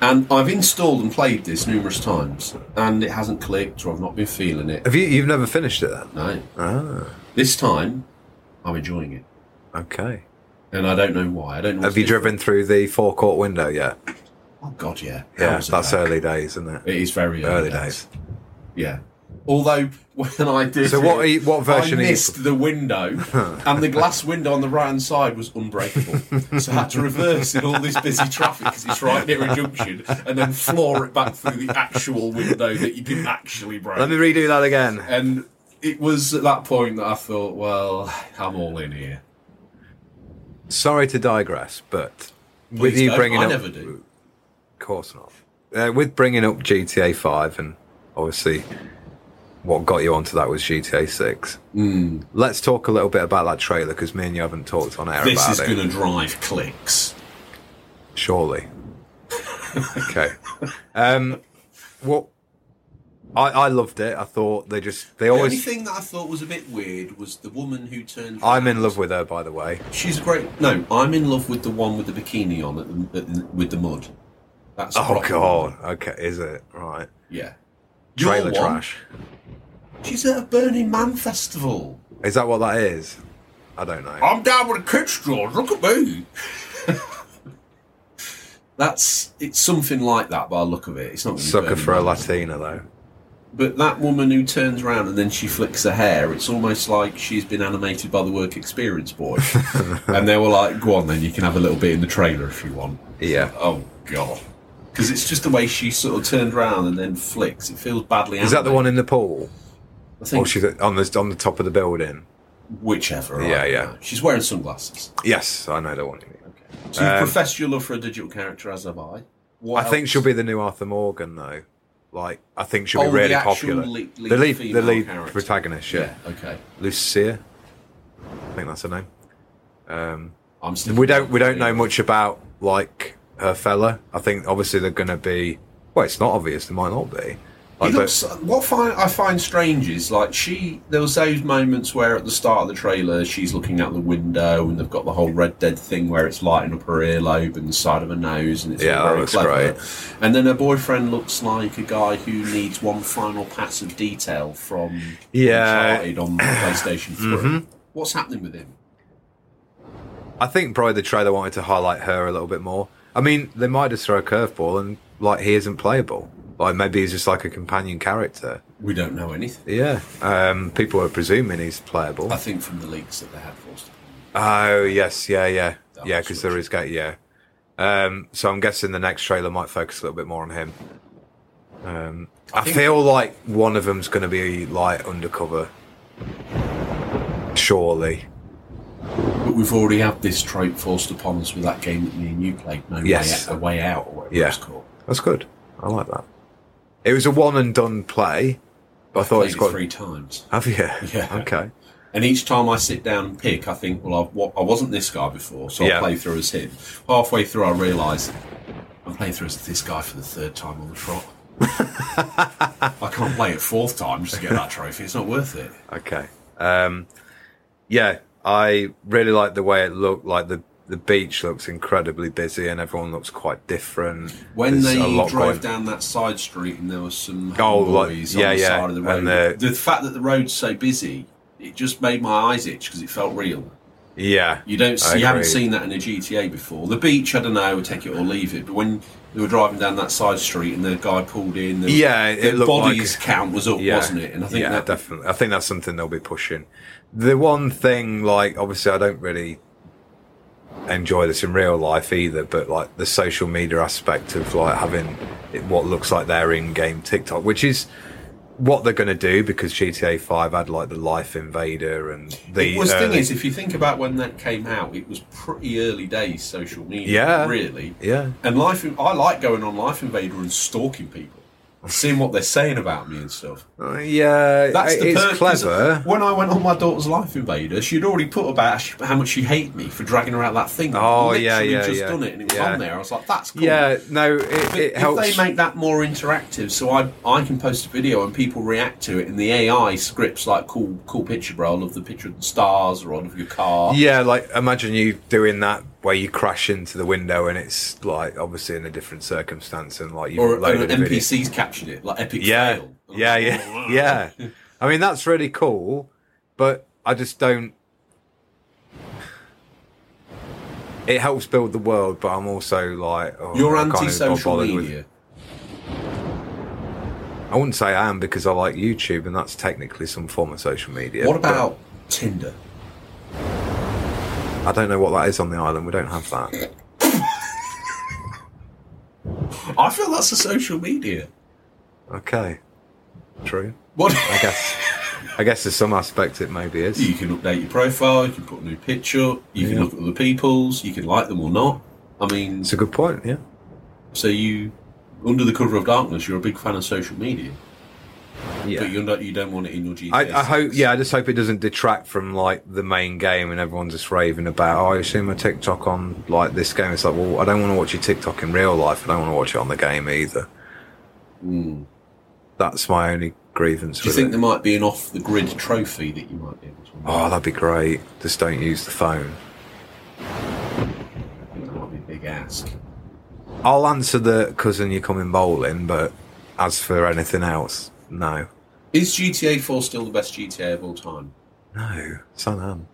B: And I've installed and played this numerous times, and it hasn't clicked, or I've not been feeling it.
A: Have you? You've never finished it then?
B: No.
A: Ah,
B: This time, I'm enjoying it.
A: okay.
B: And I don't know why. I don't know.
A: Have
B: what's
A: you
B: different.
A: driven through the forecourt window yet?
B: Oh God, yeah.
A: Yeah,
B: Hours
A: that's
B: ago.
A: early days, isn't it?
B: It is very early,
A: Early days.
B: Yeah. Although when I did,
A: So what are you- what version
B: I
A: are you-
B: missed the window, and the glass window on the right hand side was unbreakable, so I had to reverse in all this busy traffic because it's right near a junction, and then floor it back through the actual window that you didn't actually break.
A: Let me redo that again.
B: and it was at that point that I thought, well, I'm all in here.
A: Sorry to digress, but with
B: Please
A: you
B: don't.
A: bringing
B: I
A: up,
B: never do.
A: of course not. Uh, with bringing up GTA Five, and obviously, what got you onto that was GTA Six.
B: Hmm.
A: Let's talk a little bit about that trailer because me and you haven't talked on air
B: This
A: about
B: is
A: it.
B: going to drive clicks.
A: Surely. okay. Um, what? I, I loved it. I thought they just they
B: The only
A: always.
B: thing that I thought was a bit weird was the woman who turns.
A: I'm in
B: round.
A: love with her, by the way.
B: She's great. No, I'm in love with the one with the bikini on at the, at the- with the mud. That's the
A: Oh
B: proper
A: god.
B: one.
A: Okay, is it right?
B: Yeah. Your
A: Trailer
B: one,
A: trash.
B: She's at a Burning Man festival.
A: Is that what that is? I don't know.
B: I'm down with the kids, George. Look at me. That's it's something like that by the look of it. It's not gonna be
A: Sucker
B: Burning
A: for a
B: Man.
A: Latina though.
B: But that woman who turns around and then she flicks her hair, it's almost like she's been animated by the work experience boy. and they were like, go on then, you can have a little bit in the trailer if you want.
A: Yeah.
B: Oh, God. Because it's just the way she sort of turned around and then flicks. It feels badly
A: Is that the
B: animated.
A: one in the pool?
B: I
A: Or
B: think
A: she's on the on the top of the building?
B: whichever. I
A: Yeah,
B: don't
A: yeah.
B: know. She's wearing sunglasses.
A: Yes, I know the one. you mean.
B: So you've
A: Um,
B: professed your love for a digital character, as have I.
A: I
B: What
A: think
B: else?
A: she'll be the new Arthur Morgan though. Like I think she'll
B: Oh,
A: be
B: the
A: really
B: actual
A: popular.
B: lead- lead
A: the lead, the
B: female
A: lead
B: character.
A: protagonist. Yeah.
B: Yeah, okay.
A: Lucia. I think that's her name. Um,
B: I'm still
A: we don't we don't know much about like her fella. I think obviously they're going to be. Well, it's not obvious. They might not be.
B: He
A: Like, but-
B: looks, what find, I find strange is like she. There was those moments where at the start of the trailer she's looking out the window and they've got the whole Red Dead thing where it's lighting up her earlobe and the side of her nose and it's
A: Yeah,
B: all
A: that
B: very
A: looks
B: clever.
A: great.
B: And then her boyfriend looks like a guy who needs one final pass of detail from
A: Yeah.
B: Uncharted on PlayStation 3 What's happening with him?
A: I think probably the trailer wanted to highlight her a little bit more. I mean, they might just throw a curveball and like he isn't playable. Like maybe he's just like a companion character.
B: We don't know anything.
A: Yeah. Um, people are presuming he's playable.
B: I think from the leaks that they had forced. upon him.
A: Oh yes, yeah, yeah,
B: That
A: yeah.
B: was
A: Because there is ga- yeah. Um, so I'm guessing the next trailer might focus a little bit more on him. Um, I,
B: think-
A: feel like one of them's going to be like undercover. Surely,
B: But we've already had this trope forced upon us with that game that me and you played, No
A: Yes.
B: Way Out, A Way Out, or whatever
A: Yeah.
B: it's called.
A: that's good. I like that. It was a one and done play, but I thought
B: played
A: it's
B: it
A: quite.
B: three times.
A: Have you?
B: Yeah.
A: Okay.
B: And each time I sit down and pick, I think, well, I've, wa I wasn't this guy before, so
A: Yeah.
B: I'll play through as him. Halfway through, I realise I'm playing through as this guy for the third time on the trot. I can't play it fourth time just to get that trophy. It's not worth it.
A: Okay. Um, yeah, I really like the way it looked. Like the the beach looks incredibly busy, and everyone looks quite different.
B: When
A: There's
B: they
A: a lot
B: drove
A: going-
B: down that side street and there was some
A: Oh, like-
B: boys
A: yeah,
B: on the
A: yeah,
B: side of the road,
A: and
B: the fact that the road's so busy, it just made my eyes itch because it felt real.
A: yeah,
B: You don't.
A: I
B: See, you haven't
A: agree.
B: seen that in a GTA before. The beach, I don't know, take it or leave it. But when they were driving down that side street and the guy pulled in, the,
A: Yeah,
B: the
A: it looked like-
B: bodies count was up, wasn't it? And I think
A: yeah,
B: that
A: definitely. I think that's something they'll be pushing. The one thing, like, obviously, I don't really enjoy this in real life either, but like the social media aspect of like having it- what looks like their in-game TikTok, which is what they're going to do because GTA Five had like the Life Invader and the
B: It was thing
A: early-
B: is, if you think about when that came out, it was pretty early days social media.
A: Yeah.
B: really.
A: yeah.
B: And life, I like going on Life Invader and stalking people. seeing what they're saying about me and stuff.
A: Uh, yeah,
B: That's the
A: it's
B: perk, 'cause
A: clever.
B: When I went on my daughter's Life Invader, she'd already put about sh- how much she hated me for dragging her out that thing.
A: Oh,
B: I'd
A: yeah,
B: literally
A: yeah,
B: just
A: yeah,
B: done it and it was
A: yeah.
B: on there. I was like, that's cool.
A: Yeah, no, it,
B: But
A: it
B: if
A: helps.
B: they make that more interactive, so I I can post a video and people react to it, and the AI scripts like cool cool picture, bro. I love the picture of the stars or of your car.
A: yeah, like imagine you doing that where you crash into the window and it's like obviously in a different circumstance and like you've
B: or
A: loaded
B: an
A: a video.
B: NPC's captured it, like epic
A: Yeah,
B: fail. Oh,
A: yeah, yeah, yeah. I mean that's really cool, but I just don't. It helps build the world, but I'm also like oh,
B: You're
A: I can't even be
B: anti-social
A: bothered with-
B: media.
A: I wouldn't say I am because I like YouTube, and that's technically some form of social media.
B: what
A: but
B: about Tinder?
A: I don't know what that is on the island. We don't have that.
B: I feel that's a social media.
A: Okay, true.
B: What?
A: I guess. I guess there's some aspect it maybe is.
B: You can update your profile. You can put a new picture. You can
A: Yeah.
B: look at other people's. You can like them or not. I mean,
A: It's a good point. Yeah.
B: so you, under the cover of darkness, you're a big fan of social media, but
A: Yeah.
B: you're not. You don't want it in your GTA.
A: I, I hope.
B: 6.
A: Yeah. I just hope it doesn't detract from like the main game, and everyone's just raving about. Oh, you see my TikTok on like this game. It's like, well, I don't want to watch your TikTok in real life. I don't want to watch it on the game either.
B: Mm.
A: That's my only grievance.
B: Do you
A: with
B: think
A: it.
B: there might be an off-the-grid trophy that you might be able to? win?
A: Oh, that'd be great. Just don't use the phone.
B: I think that might be a big ask.
A: I'll answer the cousin you're coming bowling, but as for anything else, no.
B: Is GTA 4 still the best GTA of all time?
A: No, San Am.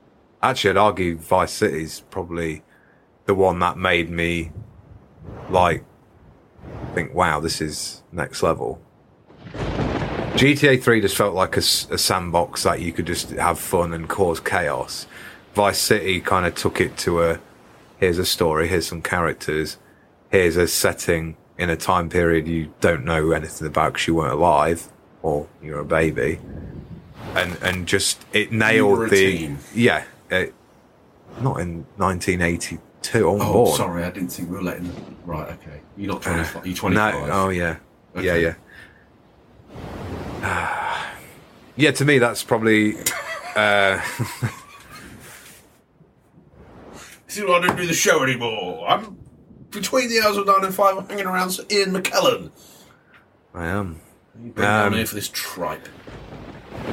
A: Actually, I'd argue Vice City's probably the one that made me like think, wow, this is next level. GTA 3 just felt like a, s- a sandbox that you could just have fun and cause chaos. Vice City kind of took it to a here's a story, here's some characters, here's a setting in a time period you don't know anything about because you weren't alive or you were a baby. And, and just it nailed
B: were a
A: the
B: teen.
A: yeah it, not in 1982 on
B: Oh,
A: board
B: sorry, I didn't think we were letting. Them. Right, okay. You're not 25. You're 25.
A: Uh, no, oh yeah, yeah,
B: Okay.
A: yeah. yeah, to me that's probably
B: See, I don't do the show anymore. I'm between the hours of nine and five. I'm hanging around Sir Ian McKellen.
A: I am.
B: You bring down
A: Um,
B: here for this tripe.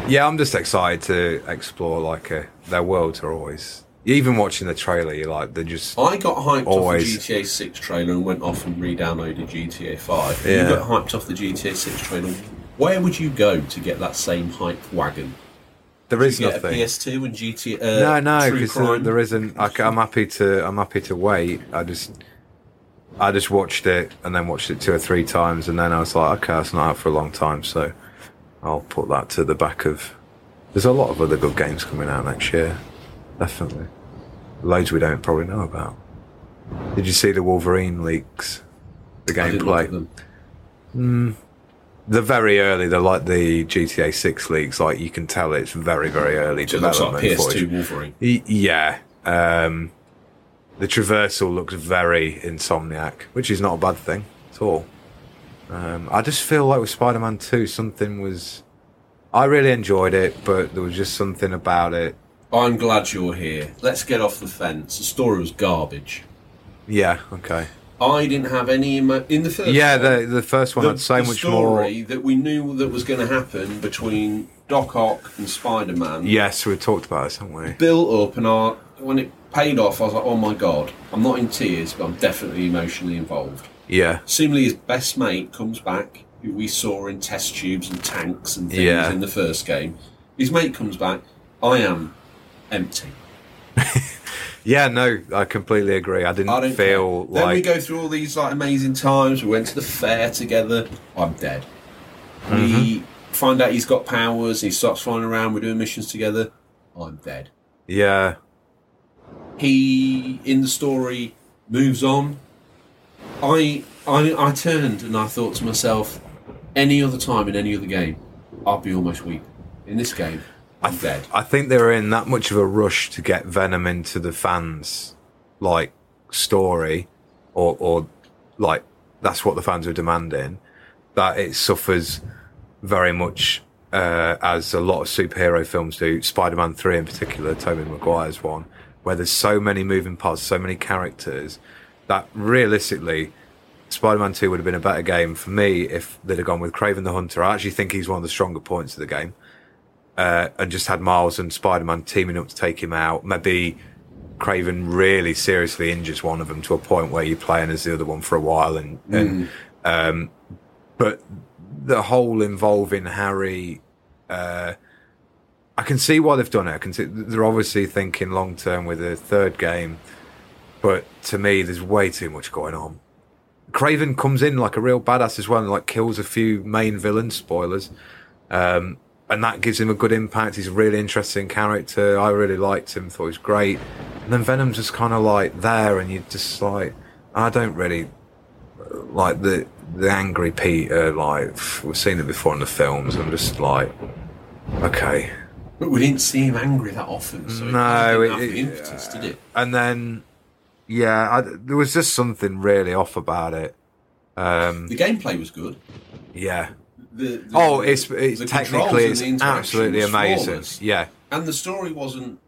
A: Yeah, I'm just excited to explore like uh, their worlds are always. Even watching the trailer, you're like they're just
B: I got hyped
A: always.
B: off the GTA 6 trailer and went off and re-downloaded GTA 5.
A: Yeah.
B: You got hyped off the GTA 6 trailer. Where would you go to get that same hype wagon?
A: there is
B: You get a
A: nothing.
B: PS2 and GTA.
A: no, no,
B: uh, True
A: because there,
B: Crime?
A: there isn't. I, am happy to. I'm happy to wait. I just, I just watched it and then watched it two or three times, and then I was like, okay, it's not out for a long time, so I'll put that to the back of. There's a lot of other good games coming out next year, definitely. Loads we don't probably know about. Did you see the Wolverine leaks? The
B: I didn't look at
A: gameplay.
B: them.
A: They're very early. They're like the GTA Six leaks. Like you can tell, it's very, very early
B: So it looks
A: development
B: like PS2
A: footage.
B: Wolverine.
A: Y- Yeah. Um, the traversal looks very insomniac, which is not a bad thing at all. Um, I just feel like with Spider Man 2, something was. I really enjoyed it, but there was just something about it.
B: I'm glad you're here. Let's get off the fence. The story was garbage.
A: Yeah, okay.
B: I didn't have any emo- in the first.
A: Yeah,
B: one,
A: the, the first one had so
B: Uh, the
A: much more.
B: story that we knew that was going to happen between Doc Ock and Spider Man.
A: Yes, we talked about this, haven't we?
B: built up, and I, when it paid off, I was like, "Oh my god!" I'm not in tears, but I'm definitely emotionally involved.
A: Yeah.
B: Seemingly, his best mate comes back, who we saw in test tubes and tanks and things
A: Yeah.
B: in the first game. His mate comes back. I am empty.
A: Yeah, no, I completely agree. I didn't
B: I don't
A: feel
B: care. Then we
A: like.
B: go through all these like amazing times. We went to the fair together. I'm dead. We find out he's got powers. He starts flying around. We're doing missions together. I'm dead.
A: yeah.
B: He in the story moves on. I I I turned and I thought to myself, any other time in any other game, I'd be almost weak. In this game, I'm dead.
A: I think they were in that much of a rush to get Venom into the fans, like story, or or like that's what the fans were demanding. that it suffers very much uh, as a lot of superhero films do. Spider-Man Three, in particular, Tobey Maguire's one, where there's so many moving parts, so many characters that realistically. Spider-Man 2 would have been a better game for me if they'd have gone with Craven the Hunter. I actually think he's one of the stronger points of the game and just had Miles and Spider Man teaming up to take him out. Maybe Craven really seriously injures one of them to a point where you're playing as the other one for a while, and, and um, but the whole involving Harry, uh, I can see why they've done it. I can see they're obviously thinking long term with a third game, but to me, there's way too much going on. Craven comes in like a real badass as well, and like kills a few main villains. Spoilers and that gives him a good impact. He's a really interesting character. I really liked him, thought he was great. And then Venom's just kind of like there, and you're just like, I don't really uh, like the the angry Peter. Like pff, we've seen it before in the films. I'm just like, okay.
B: But we didn't see him angry that often, so
A: No,
B: it, kind of
A: it-
B: didn't have the impetus, did it?
A: And then, yeah, I, there was just something really off about it.
B: The gameplay was good.
A: Yeah.
B: The, the-
A: Oh, it's, it's
B: the
A: technically
B: controls
A: it's
B: and the interaction
A: absolutely
B: was
A: amazing.
B: flawless.
A: Yeah,
B: and the story wasn't,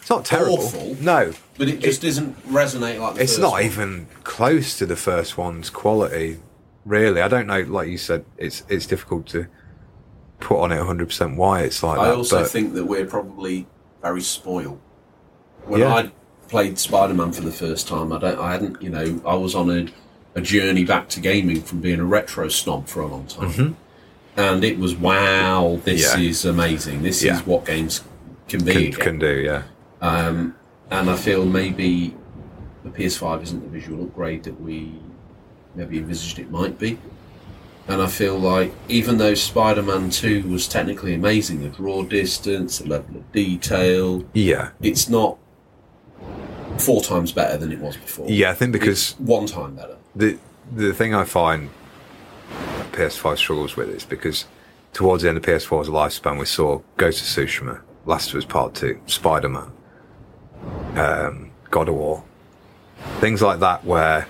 A: it's not terrible.
B: Awful.
A: No,
B: but it just doesn't resonate like the
A: It's
B: first
A: not
B: one.
A: even close to the first one's quality, really. I don't know. Like you said, it's it's difficult to put on it 100 percent why it's like
B: I
A: that.
B: also
A: but
B: think that we're probably very spoiled. When
A: Yeah.
B: I played Spider Man for the first time, I don't, I hadn't, you know, I was on a, a journey back to gaming from being a retro snob for a long time, and it was wow, this
A: Mm-hmm. Yeah.
B: is amazing. This
A: Yeah.
B: is what games can be.
A: can,
B: again."
A: can do. Yeah,
B: Um, and I feel maybe the PS5 isn't the visual upgrade that we maybe envisaged it might be. And I feel like even though Spider Man 2 was technically amazing, the draw distance, the level of detail,
A: yeah,
B: it's not four times better than it was before.
A: yeah. I think because
B: It's one time better.
A: the the thing I find PS5 struggles with is because towards the end of PS4's lifespan, we saw Ghost of Tsushima, Last of Us Part Two, Spider Man, um, God of War, things like that, where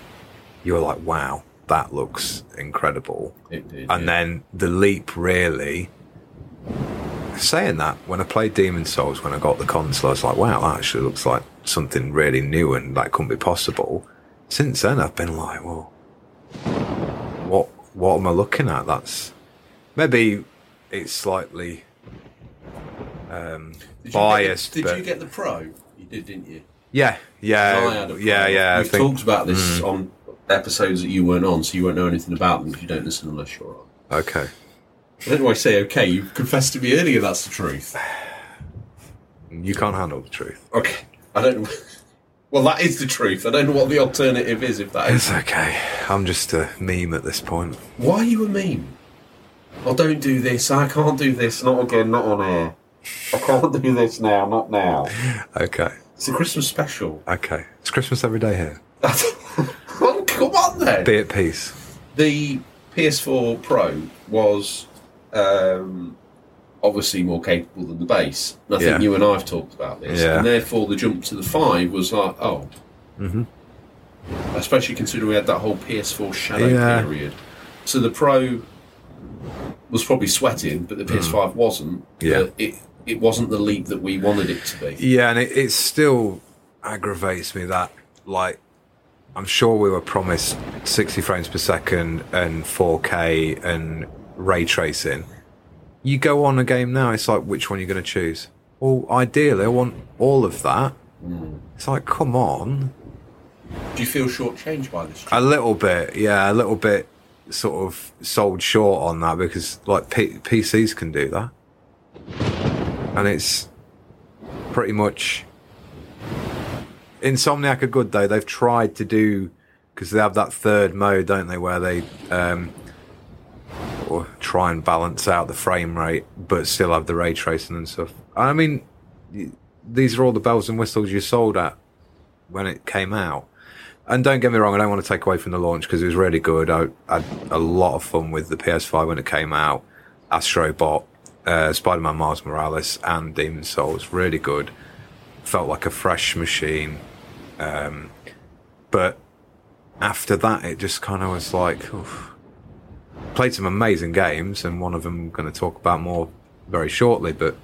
A: you're like, wow, that looks incredible.
B: It did.
A: and then the leap really saying that when i played demon souls when i got the console i was like wow that actually looks like something really new and that couldn't be possible since then i've been like well what what am i looking at that's maybe it's slightly
B: did
A: biased,
B: You get the,
A: but-
B: did you get the Pro? You did, didn't you? I
A: yeah yeah
B: had a Pro.
A: yeah yeah I
B: We've
A: think- Mm.
B: talked about this on episodes that you weren't on, so you won't know anything about them because you don't listen unless you're on.
A: okay
B: I don't know why I say okay. You confessed to me earlier that's the truth.
A: you can't handle the truth
B: Okay. I don't know. Well, that is the truth. I don't know what the alternative is if that is.
A: it's okay i'm just a meme at this point
B: Why are you a meme? I don't do this. I can't do this. Not again. Not on air. I can't do this now. Not now.
A: okay
B: It's a Christmas special.
A: okay it's christmas every day here
B: Oh, Come on then.
A: be at peace
B: the PS4 Pro was um, obviously more capable than the base. And I think
A: Yeah.
B: you and I have talked about this,
A: Yeah.
B: and therefore the jump to the five was like, oh, mm-hmm. especially considering we had that whole PS4 shadow
A: Yeah.
B: period. So the Pro was probably sweating, but the PS5 wasn't.
A: Mm. Yeah.
B: But it it wasn't the leap that we wanted it to be.
A: Yeah, and it, it still aggravates me that, like, I'm sure we were promised 60 frames per second and 4K and ray tracing. You go on a game now, it's like, which one are you going to choose? Well, ideally, I want all of that. It's like, come on.
B: Do you feel shortchanged by this?
A: A little bit, yeah, a little bit sort of sold short on that because, like, P- PCs can do that. And it's pretty much. Insomniac are good, though. They've tried to do. Because they have that third mode, don't they, where they um, or try and balance out the frame rate, but still have the ray tracing and stuff. I mean, y- these are all the bells and whistles you sold at when it came out. And don't get me wrong, I don't want to take away from the launch because it was really good. I I had a lot of fun with the PS5 when it came out. Astrobot, uh, Spider Man Miles Morales, and Demon Souls. Really good. Felt like a fresh machine. Um, but after that, it just kind of was like, oof. played some amazing games, and one of them I'm going to talk about more very shortly. But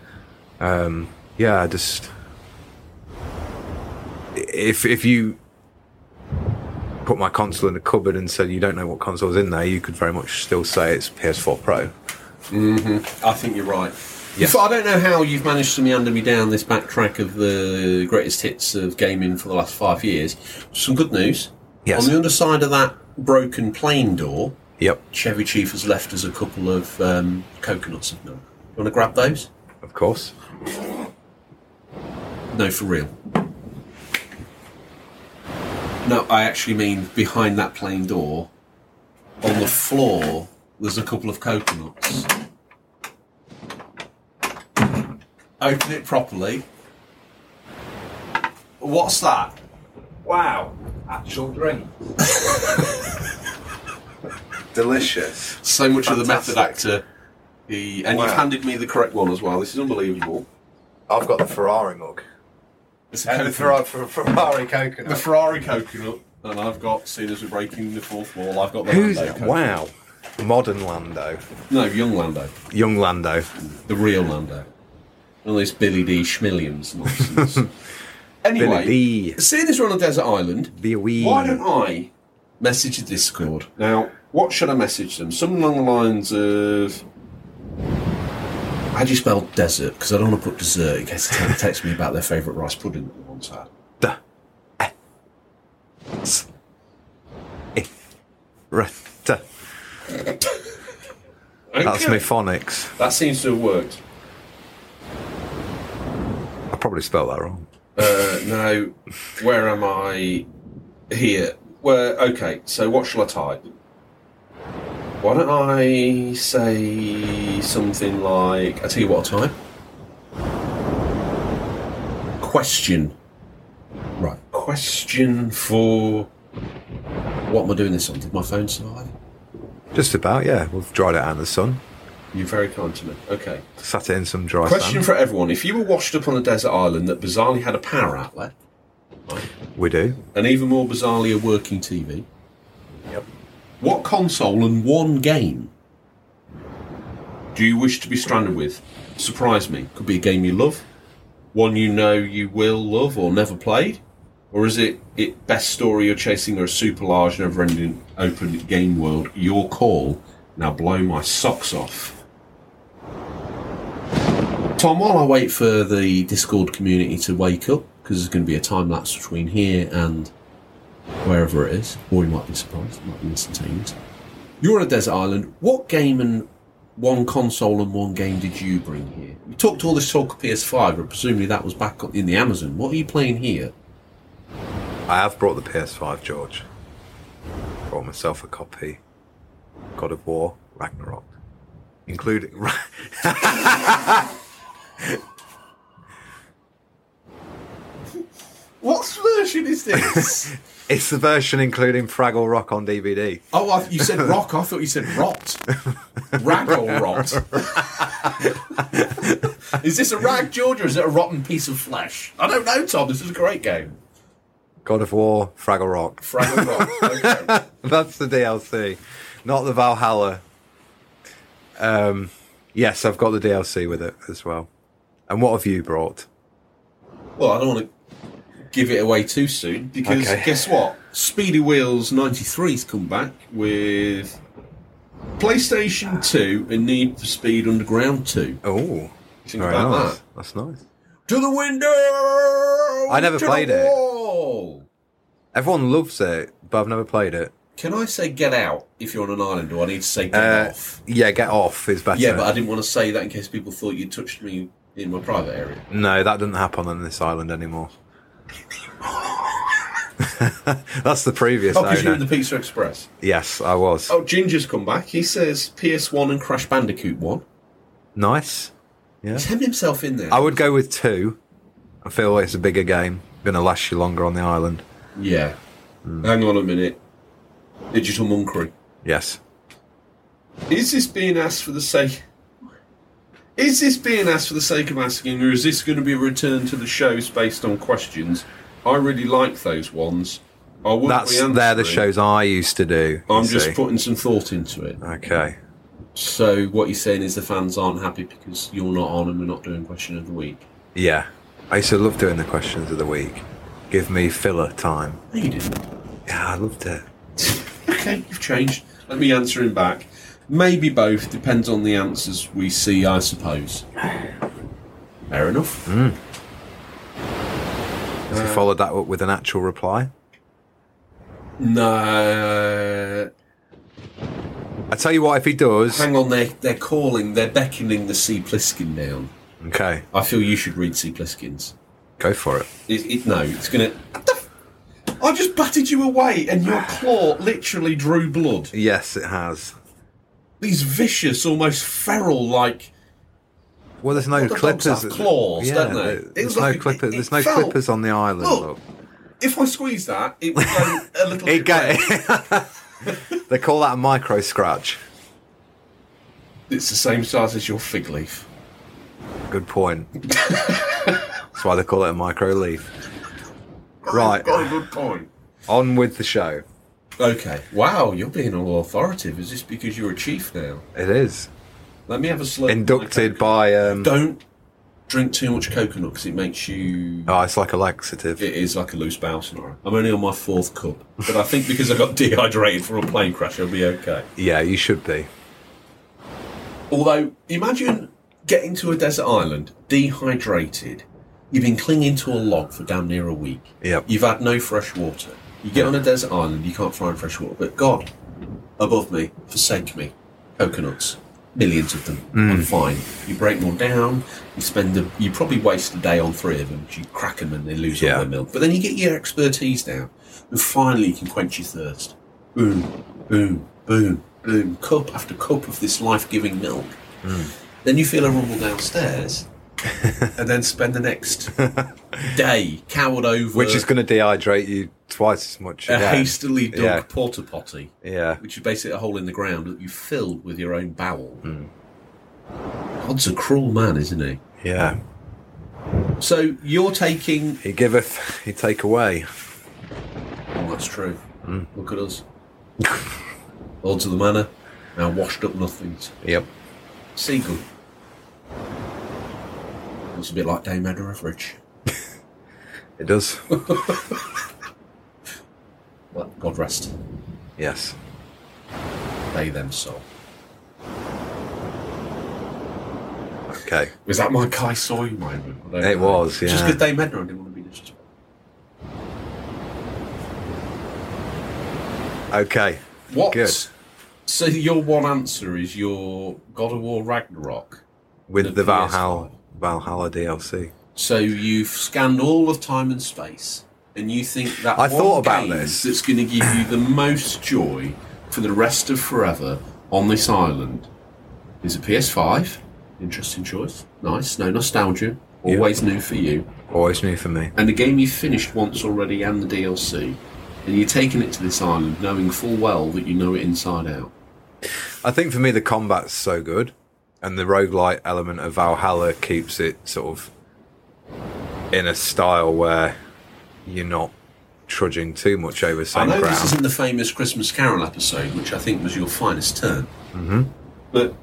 A: um, yeah, I just if if you put my console in a cupboard and said you don't know what console's in there, you could very much still say it's PS4 Pro.
B: I think you're right. So I don't know how you've managed to meander me down this backtrack of the greatest hits of gaming for the last five years. Some good news.
A: Yes.
B: On the underside of that broken plane door,
A: Yep,
B: Chevy Chief has left us a couple of um, coconuts of milk. You want to grab those?
A: of course.
B: No, for real. No, I actually mean behind that plane door, on the floor, there's a couple of coconuts. Open it properly. What's that?
A: Wow, actual drink. Delicious.
B: So much
A: Fantastic.
B: of the method actor. He, and you've
A: Wow.
B: handed me the correct one as well. This is unbelievable.
A: I've got the Ferrari mug.
B: It's a
A: And the
B: coconut.
A: Ferrari, Ferrari coconut.
B: The Ferrari coconut, and I've got. Soon as we're breaking the fourth wall, I've got the
A: Who's
B: Lando. coconut.
A: wow? Modern Lando,
B: No, young Lando,
A: young Lando.
B: the real Lando. All this Billy D. Schmilliams nonsense. anyway,
A: Billy D.
B: seeing as we're on a desert island,
A: Be wee.
B: why don't I message the Discord now? What should I message them? Something along the lines of. How do you spell desert? Because I don't want to put dessert in case they text me about their favourite rice pudding that they once had.
A: Duh. Eh. S. Eh. Right. Duh. That's my phonics.
B: That seems to have worked.
A: I probably spelled that wrong.
B: Uh, no, where am I? Here. Where? Okay. So what shall I type? Why don't I say something like? I tell you what. I'll type. Question. Right. Question for. What am I doing this on? Did my phone survive?
A: Just about, yeah. We've dried it out in the sun,
B: You're very kind to me. Okay.
A: sat it in some dry
B: Question
A: sand.
B: for everyone: If you were washed up on a desert island that bizarrely had a power outlet,
A: we do.
B: and even more bizarrely a working TV. Yep. What console and one game do you wish to be stranded with? Surprise me. Could be a game you love, one you know you will love or never played, or is it it best story you're chasing or a super large, never-ending open game world? Your call. Now blow my socks off. Tom, while I wait for the Discord community to wake up, because there's going to be a time lapse between here and wherever it is, or you might be surprised, it might be instantaneous. You're on a desert island. What game and one console and one game did you bring here? You talked all this talk of PS5, but presumably that was back up in the Amazon. What are you playing here?
A: I have brought the PS5, George. Brought myself a copy. God of War, Ragnarok, including.
B: What version is this?
A: it's the version including Fraggle Rock on DVD.
B: oh, I, you said rock. I thought you said rot. Rag or rot? is this a rag, George, or is it a rotten piece of flesh? I don't know, Tom. This is a great game.
A: God of War, Fraggle Rock.
B: Frag or rot. Okay.
A: That's the DLC, not the Valhalla. Um, yes, I've got the DLC with it as well. And what have you brought?
B: Well, I don't want to give it away too soon because
A: Okay.
B: guess what? Speedy Wheels 93's come back with PlayStation 2 and Need for Speed Underground 2.
A: Oh,
B: Think
A: very
B: about
A: nice.
B: that.
A: That's nice.
B: To the window!
A: I never
B: to
A: played
B: the
A: it.
B: Wall!
A: Everyone loves it, but I've never played it.
B: Can I say get out if you're on an island? Do I need to say get
A: Uh,
B: off?
A: yeah, get off is better.
B: Yeah, but I didn't want to say that in case people thought you touched me in my private area.
A: no, that doesn't happen on this island anymore. That's the previous
B: Oh, because you're
A: owner.
B: in the Pizza Express.
A: yes, I was.
B: Oh, Ginger's come back. He says PS1 and Crash Bandicoot 1.
A: Nice.
B: He's hemmed himself in there.
A: I would go with two. I feel like it's a bigger game. Going to last you longer on the island.
B: Yeah.
A: Hmm.
B: Hang on a minute. Digital monkery.
A: Yes.
B: Is this being asked for the sake? Is this being asked for the sake of asking, or is this going to be a return to the shows based on questions? I really like those ones. I wouldn't
A: That's
B: be
A: they're the
B: answering.
A: shows I used to do. you
B: I'm just
A: see.
B: putting some thought into it.
A: okay.
B: So what you're saying is the fans aren't happy because you're not on and we're not doing question of the week.
A: Yeah. I used to love doing the questions of the week. Give me filler time.
B: No, you didn't.
A: Yeah, I loved it.
B: Okay, you've changed. Let me answer him back. Maybe both depends on the answers we see, I suppose. Fair enough.
A: Hmm. Has
B: Uh,
A: he followed that up with an actual reply?
B: No,
A: I tell you what, if he does,
B: hang on. They're they're calling. They're beckoning the C Pliskin down.
A: okay,
B: I feel you should read C Pliskins.
A: go for it.
B: It, it, no, it's gonna. I just batted you away, and your claw literally drew blood.
A: Yes, it has.
B: These vicious, almost feral-like
A: Well, there's no
B: the dogs
A: clippers.
B: have claws,
A: yeah,
B: don't they?
A: there-
B: It was
A: There's no
B: like-
A: clipper.
B: it-
A: There's
B: it
A: no
B: felt-
A: clippers on the island.
B: Look,
A: Look,
B: If I squeeze that, it would go a little
A: it
B: bit. red.
A: go- they call that a micro scratch.
B: It's the same size as your fig leaf.
A: Good point. That's why they call it a micro leaf. Right,
B: Got a Oh, good point.
A: on with the show.
B: Okay. Wow, you're being all authoritative. Is this because you're a chief now?
A: It is
B: Let me have a slow.
A: inducted by. Um,
B: Don't drink too much coconut because it makes you.
A: oh, it's like a laxative.
B: It is like a loose bowel scenario. I'm only on my fourth cup, but I think because I got dehydrated from a plane crash, I'll be okay.
A: Yeah, you should be.
B: Although, imagine getting to a desert island, dehydrated. You've been clinging to a log for damn near a week.
A: Yep.
B: You've had no fresh water. You get on a desert island, you can't find fresh water. But God, above me, forsake me. Coconuts, millions of them.
A: Hmm.
B: I'm fine. You break more down. You spend. A, you probably waste a day on three of them. 'cause You crack them and they lose
A: Yeah.
B: all their milk. But then you get your expertise down, and finally you can quench your thirst. Boom, boom, boom, boom. Cup after cup of this life-giving milk.
A: Hmm.
B: Then you feel a rumble downstairs, and then spend the next day cowered over,
A: Which is going to dehydrate you twice as much.
B: Uh, a
A: again.
B: hastily dug
A: Yeah.
B: porta potty,
A: Yeah.
B: which is basically a hole in the ground that you filled with your own bowel.
A: Hmm.
B: God's a cruel man, isn't he?
A: Yeah.
B: So you're taking.
A: He giveth, he take away.
B: Oh, that's true.
A: Hmm.
B: Look at us, lords of the manor, now washed up nothings.
A: Yep.
B: Seagull. Looks a bit like Dame Edna of Rich.
A: It does.
B: Well, God rest.
A: yes.
B: They them soul.
A: Okay.
B: Was that my Kai Soy moment? I don't
A: It
B: know.
A: was,
B: Just
A: yeah.
B: because they met her, I didn't want to be disrespectful.
A: Okay.
B: What?
A: Good.
B: So your one answer is your God of War Ragnarok.
A: With
B: The
A: the, Valhalla
B: PS5.
A: Valhalla DLC.
B: So you've scanned all of time and space, and you think that
A: I
B: one
A: thought about
B: game
A: this.
B: that's going to give you the most joy for the rest of forever on this island is a PS5. Interesting choice. Nice. No nostalgia.
A: Yeah.
B: Always new for you.
A: Always new for me.
B: and the game you finished once already and the DLC, and you're taking it to this island knowing full well that you know it inside out.
A: I think for me the combat's so good and the roguelite element of Valhalla keeps it sort of in a style where you're not trudging too much over
B: I
A: same
B: know
A: ground.
B: this isn't the famous Christmas Carol episode, which I think was your finest turn, mm-hmm. but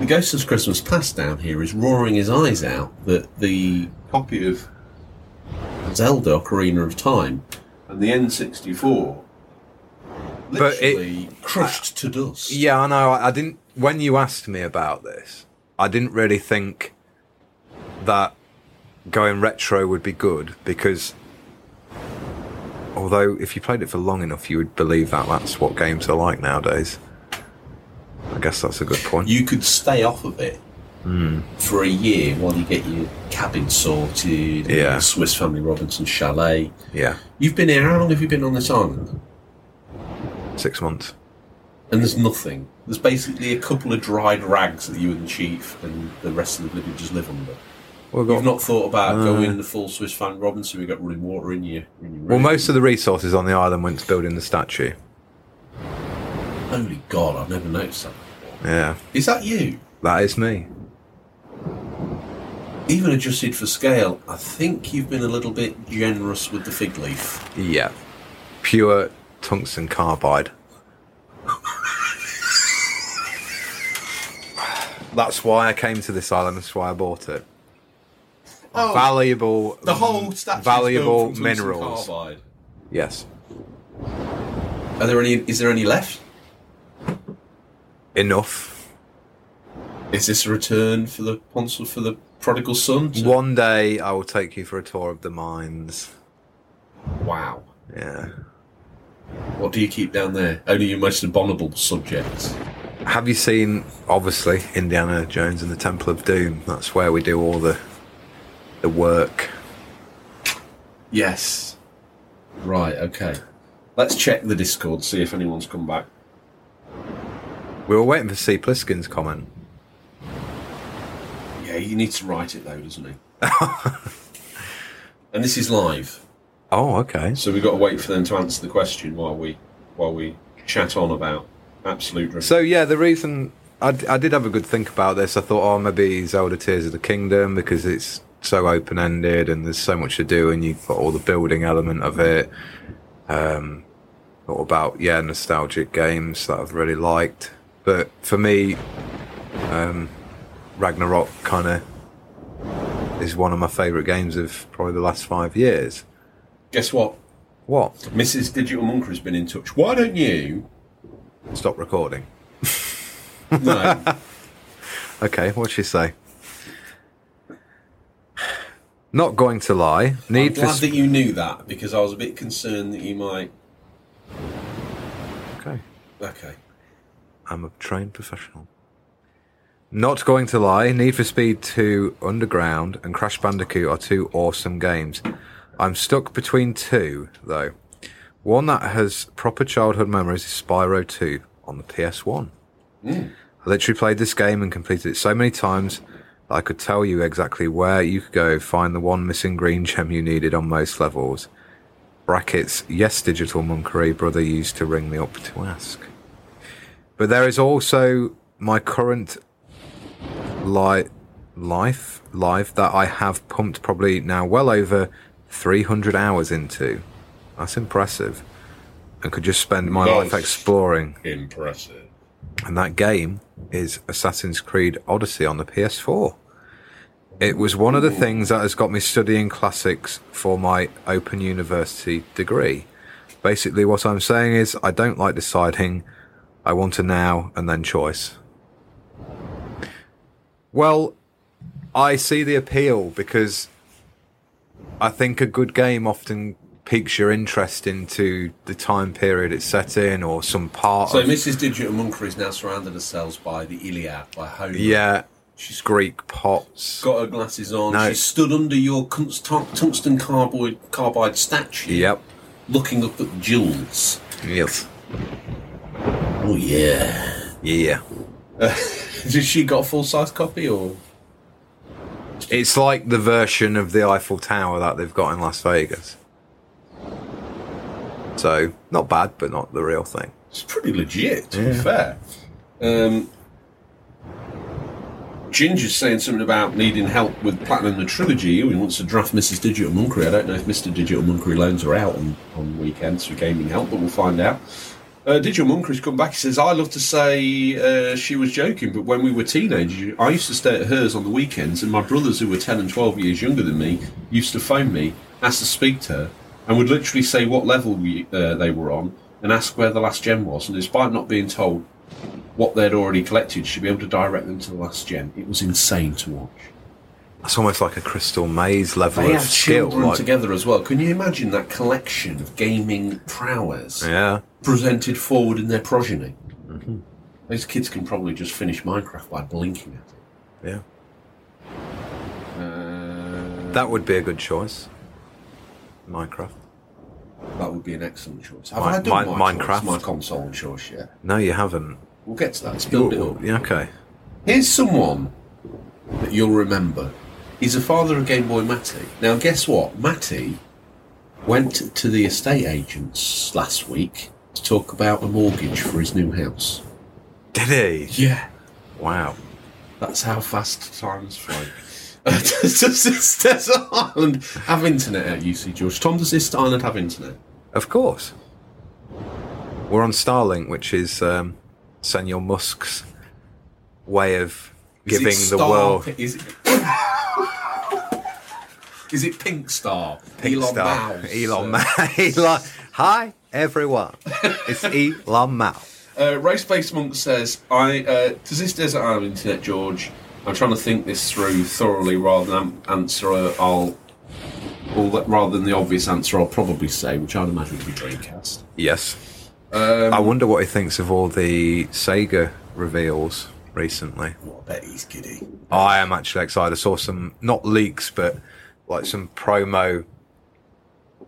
B: the Ghost of Christmas Past down here is roaring his eyes out that the copy of Zelda Ocarina of Time and the N64
A: But it-
B: literally crushed to dust.
A: Yeah, I know. I I didn't. When you asked me about this, I didn't really think that going retro would be good because, although if you played it for long enough, you would believe that that's what games are like nowadays. I guess that's a good point.
B: you could stay off of it
A: Hmm.
B: for a year while you get your cabin sorted, and
A: Yeah.
B: the Swiss Family Robinson chalet.
A: yeah,
B: You've been here, how long have you been on this island?
A: six months.
B: And there's nothing. There's basically a couple of dried rags that you and the chief and the rest of the villagers live under.
A: We've
B: You've
A: got, Uh.
B: not thought about going the full Swiss Family Robinson, we've got running water in you. In your
A: well,
B: room.
A: most of the resources on the island went to building the statue.
B: Holy God, I've never noticed that before.
A: Yeah,
B: Is that you?
A: that is me.
B: Even adjusted for scale, I think you've been a little bit generous with the fig leaf.
A: Yeah, pure tungsten carbide. That's why I came to this island. That's why I bought it. valuable.
B: Oh, The whole statue
A: Valuable minerals. Yes.
B: Are there any? Is there any left?
A: Enough.
B: Is this a return for the consul for the prodigal son? So-
A: One day I will take you for a tour of the mines.
B: Wow.
A: Yeah.
B: What do you keep down there? Only your most abominable subjects.
A: Have you seen, obviously, Indiana Jones and the Temple of Doom? That's where we do all the the work.
B: Yes. Right. Okay. Let's check the Discord. See if anyone's come back.
A: We were waiting for C. Pliskin's comment.
B: Yeah, he needs to write it though, doesn't he? and this is live,
A: Oh, okay.
B: so we've got to wait for them to answer the question while we while we chat on about absolute.
A: So yeah, the reason I, d- I did have a good think about this, I thought, oh, maybe Zelda Tears of the Kingdom because it's so open ended and there's so much to do, and you've got all the building element of it. Um, thought about yeah, nostalgic games that I've really liked, but for me, um, Ragnarok kind of is one of my favourite games of probably the last five years.
B: Guess what?
A: What?
B: Mrs. Digital Monker has been in touch. Why don't you?
A: Stop recording.
B: No.
A: Okay, what'd she say? Not going to lie. Need
B: I'm glad
A: for
B: that you knew that because I was a bit concerned that you might.
A: okay.
B: Okay.
A: I'm a trained professional. Not going to lie. Need for Speed 2 Underground and Crash Bandicoot are two awesome games. I'm stuck between two though. One that has proper childhood memories is Spyro 2 on the PS1. I literally played this game and completed it so many times that I could tell you exactly where you could go find the one missing green gem you needed on most levels. Brackets, yes, digital monkery, brother used to ring me up to ask. But there is also my current li- life, life that I have pumped probably now well over 300 hours into. That's impressive. And could just spend my life
B: Nice.
A: exploring.
B: Impressive.
A: And that game is Assassin's Creed Odyssey on the PS4. It was one of the things that has got me studying classics for my Open University degree. Basically, what I'm saying is, I don't like deciding. I want a now and then choice. Well, I see the appeal because I think a good game often piques your interest into the time period it's set in or some part
B: So
A: of
B: Mrs. Digital Monker is now surrounded herself by the Iliad, by Homer.
A: Yeah,
B: She's
A: Greek pots.
B: got her glasses on.
A: No.
B: She stood under your cunts- tung- tungsten carbide, carbide statue.
A: Yep.
B: Looking up at the jewels.
A: Yes.
B: Oh yeah.
A: Yeah.
B: Has she got a full size copy or?
A: It's like the version of the Eiffel Tower that they've got in Las Vegas. So, not bad, but not the real thing.
B: It's pretty legit, to be fair. Um, Ginger's saying something about needing help with Platinum the Trilogy. He wants to draft Mrs. Digital Monkery. I don't know if Mr. Digital Monkery loans are out on, on weekends for gaming help, but we'll find out. Uh, Digital Monkery's come back. He says, I love to say uh, she was joking, but when we were teenagers, I used to stay at hers on the weekends, and my brothers, who were 10 and 12 years younger than me, used to phone me, ask to speak to her, and would literally say what level we, uh, they were on and ask where the last gem was. And despite not being told what they'd already collected, she'd be able to direct them to the last gem. It was insane to watch.
A: That's almost like a crystal maze level
B: They
A: of
B: have
A: skill.
B: children
A: Like,
B: together as well. Can you imagine that collection of gaming prowess
A: yeah.
B: presented forward in their progeny?
A: Mm-hmm.
B: Those kids can probably just finish Minecraft by blinking at it.
A: Yeah.
B: Uh,
A: That would be a good choice. Minecraft.
B: that would be an excellent choice. Have
A: Mi-
B: I done
A: Mi-
B: my choice,
A: Minecraft?
B: my console choice yet?
A: No, you haven't.
B: We'll get to that. Let's build it up.
A: Yeah, okay.
B: Here's someone that you'll remember. He's the father of Game Boy Matty. Now, guess what? Matty went to the estate agents last week to talk about a mortgage for his new house.
A: Did he?
B: Yeah.
A: Wow.
B: That's how fast times fly. Uh, does, does this does this island have internet at UC George? Tom, does this island have internet?
A: Of course. We're on Starlink, which is um, Senor Musk's way of
B: Is it
A: giving the
B: Star-
A: world
B: Is it, is it Pink Star? Elon
A: Star-
B: Mouse.
A: Elon Musk. Elon. Hi, everyone. It's Elon Musk.
B: Uh, Race Face Monk says, "I uh, does this desert island internet, George? I'm trying to think this through thoroughly rather than am- answer. uh, I'll well, that- rather than the obvious answer. I'll probably say, which I'd imagine would be Dreamcast.
A: Yes. I
B: Um,
A: wonder what he thinks of all the Sega reveals recently.
B: Well, Oh, I bet he's giddy.
A: I am actually excited. I saw some not leaks, but like some promo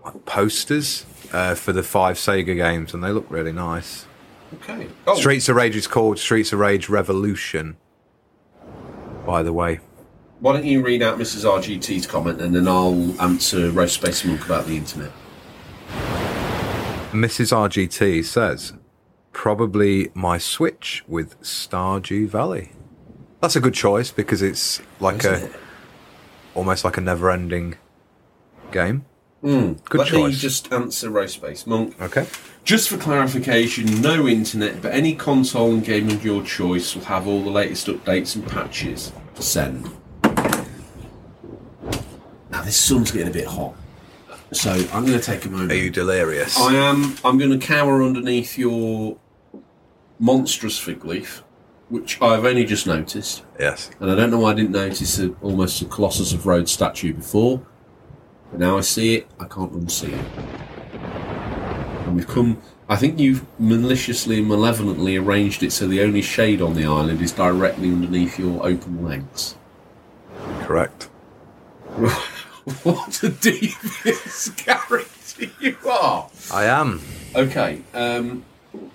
A: like, posters uh, for the five Sega games, and they look really nice.
B: Okay. Oh,
A: Streets of Rage is called Streets of Rage Revolution. By the way,
B: why don't you read out Mrs. RGT's comment and then I'll answer Race Face Monk about the internet.
A: Mrs. RGT says, probably my Switch with Stardew Valley. That's a good choice because it's like
B: Isn't
A: a
B: it?
A: almost like a never-ending game. Good
B: Hmm. Let me
A: choice.
B: just answer Race Face Monk.
A: Okay.
B: Just for clarification, no internet, but any console and game of your choice will have all the latest updates and patches. Send. Now this sun's getting a bit hot, so I'm going to take a moment.
A: Are you delirious?
B: I am. I'm going to cower underneath your monstrous fig leaf, which I've only just noticed,
A: yes.
B: and I don't know why I didn't notice a, almost a Colossus of Rhodes statue before. But now I see it. I can't unsee it. And we've come. I think you've maliciously and malevolently arranged it so the only shade on the island is directly underneath your open legs.
A: Correct.
B: What a devious character you are!
A: I am.
B: Okay, um,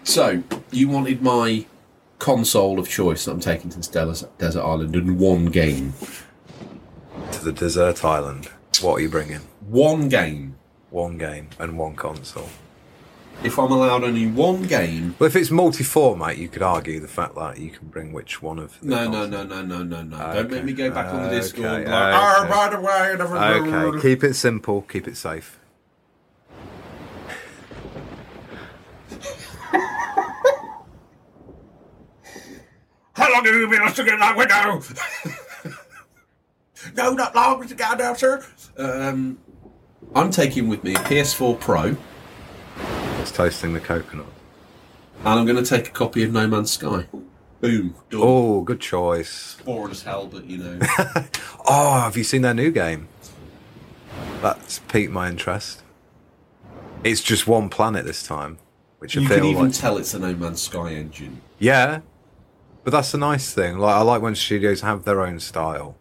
B: so you wanted my console of choice that I'm taking to this Del- desert island and one game.
A: to the desert island. What are you bringing?
B: One game.
A: One game and one console.
B: If I'm allowed only one game.
A: Well, if it's multi-format, you could argue the fact that you can bring which one of. The
B: No, no,
A: consoles.
B: no, no, no, no, no. Don't
A: Okay.
B: make me go back on the Discord and be
A: Okay,
B: like, "Ah,
A: okay.
B: by the way, da- da- da- da-
A: Okay, keep it simple. Keep it safe.
B: How long have you been looking at that window? no, not long to go down, sir. Um, I'm taking with me a PS4 Pro, and
A: It's toasting the coconut.
B: I'm going to take a copy of No Man's Sky. Boom. Done.
A: Oh, good choice.
B: boring as hell, but you know.
A: Oh, have you seen their new game? That's piqued my interest. It's just one planet this time, which I
B: you
A: feel
B: can even
A: like
B: tell it's a No Man's Sky engine.
A: Yeah, but that's the nice thing. Like I like when studios have their own style.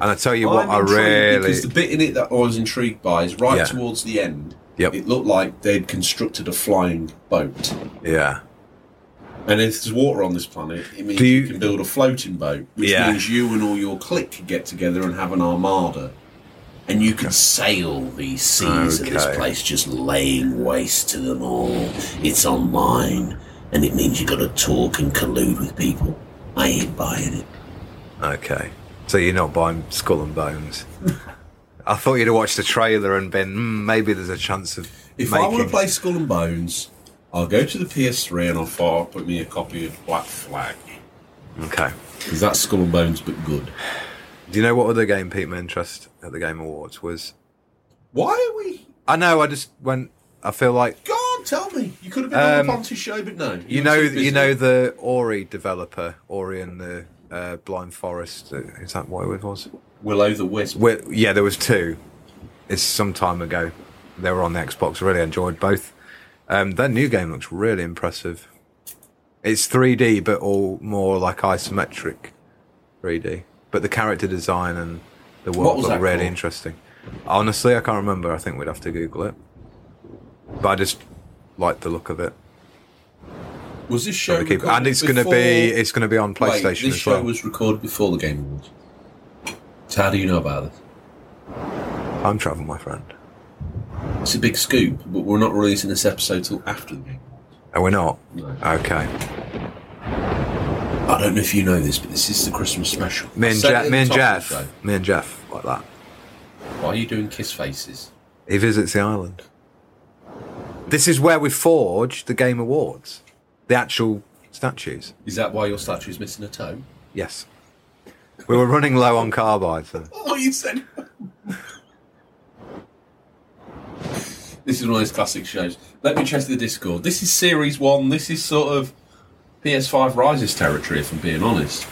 A: And I tell you what,
B: I'm
A: I
B: intrigued
A: really
B: because the bit in it that I was intrigued by is right
A: Yeah.
B: towards the end.
A: Yep.
B: It looked like they'd constructed a flying boat,
A: yeah.
B: and if there's water on this planet, it means
A: Do
B: you,
A: you-
B: can build a floating boat, which
A: Yeah.
B: means you and all your clique could get together and have an armada, and you could sail these seas of this
A: Okay.
B: place, just laying waste to them all. It's online, and it means you got to talk and collude with people. I ain't buying it.
A: Okay, so you're not buying Skull and Bones. I thought you'd have watched the trailer and been mm, maybe there's a chance of
B: If I want
A: making.
B: to play Skull and Bones, I'll go to the PS3 and I'll fire put me a copy of Black Flag.
A: okay,
B: Because that's Skull and Bones, but good.
A: do you know what other game piqued my interest at the Game Awards was?
B: Why are we?
A: I know I just went. I feel like
B: God, tell me. You could have been on the
A: Um,
B: Ponty show, but no.
A: You
B: were
A: know,
B: too
A: you
B: busy.
A: know the Ori developer, Ori and the uh, Blind Forest. uh, Is that what it was?
B: Willow the Wisp.
A: Well, yeah, there was two. It's some time ago. They were on the Xbox. I Really enjoyed both. Um, their new game looks really impressive. It's 3D, but all more like isometric 3D. But the character design and the
B: What
A: world
B: was
A: look
B: that
A: really
B: called?
A: interesting. Honestly, I can't remember. I think we'd have to Google it. But I just like the look of it.
B: Was this show
A: Gotta keep-
B: recorded
A: and it's going to
B: before-
A: be it's going to be on
B: Wait,
A: PlayStation
B: this
A: as
B: show
A: well.
B: was recorded before the Game Awards. So how do you know about this?
A: Time travel, my friend.
B: It's a big scoop, but we're not releasing this episode till after the game.
A: Are we not?
B: No.
A: Okay.
B: I don't know if you know this, but this is the Christmas special.
A: Me and,
B: I said
A: Jeff,
B: it
A: me
B: at
A: and
B: the top of the
A: Jeff. Me and Jeff like that.
B: show. Why are you doing kiss faces?
A: He visits the island. This is where we forge the Game Awards, the actual statues.
B: Is that why your statue is missing a toe?
A: Yes. We were running low on carbide. So.
B: Oh, you said. this is one of those classic shows. Let me check the Discord. This is series one. This is sort of PS5 Rises territory, if I'm being honest.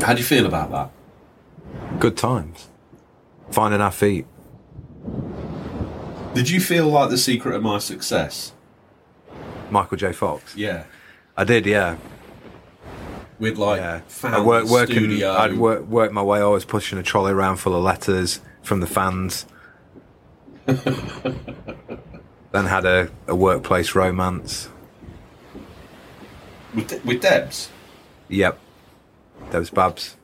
B: How do you feel about that?
A: Good times. Finding our feet.
B: Did you feel like the secret of my success?
A: Michael J. Fox.
B: Yeah.
A: I did, yeah.
B: We'd like
A: Yeah,
B: found
A: I work,
B: the
A: working.
B: studio.
A: I'd work, work my way. always pushing a trolley around full of letters from the fans. then had a, a workplace romance.
B: with, De- with Debs.
A: Yep, there was Babs.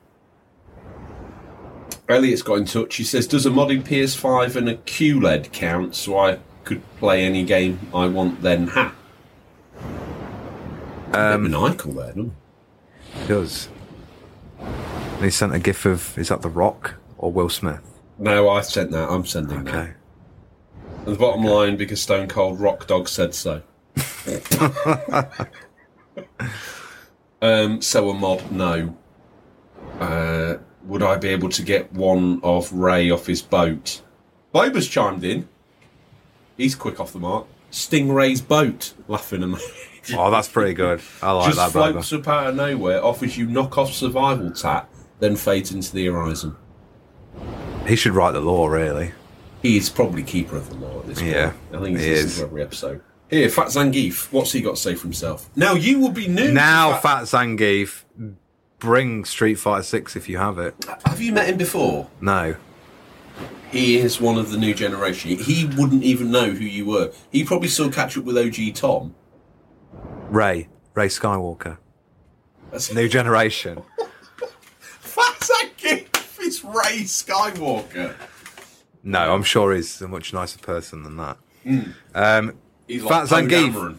B: Elliot's got in touch. He says, "Does a modded PS5 and a QLED count, so I could play any game I want?" Then ha. Um, an icon there. doesn't it?
A: Does. And he sent a gif of is that The Rock or Will Smith?
B: No, I sent that. I'm sending
A: Okay.
B: that. And the bottom line, because Stone Cold Rock Dog said so. um, so a mod, no. Uh, would I be able to get one of Ray off his boat? Boba's chimed in. He's quick off the mark. Stingray's boat, laughing and.
A: Oh, that's pretty good. I like
B: just
A: that. Baba.
B: floats up out of nowhere, offers you knockoff survival tat, then fades into the horizon.
A: He should write the law, really.
B: He is probably keeper of the law at this point.
A: Yeah,
B: I think he's
A: he
B: listened
A: is.
B: to every episode. Here, Fat Zangief, what's he got to say for himself? Now you will be new.
A: Now,
B: to
A: Fat Zangief, bring Street Fighter Six if you have it.
B: have you met him before?
A: No,
B: He is one of the new generation. He wouldn't even know who you were. He probably still catch up with OG Tom.
A: Ray, Ray Skywalker,
B: That's
A: new generation.
B: Fat Zangief. It's Ray Skywalker.
A: No, I'm sure he's a much nicer person than that. Um,
B: He's
A: Fat
B: Poe
A: Zangief.
B: Dameron.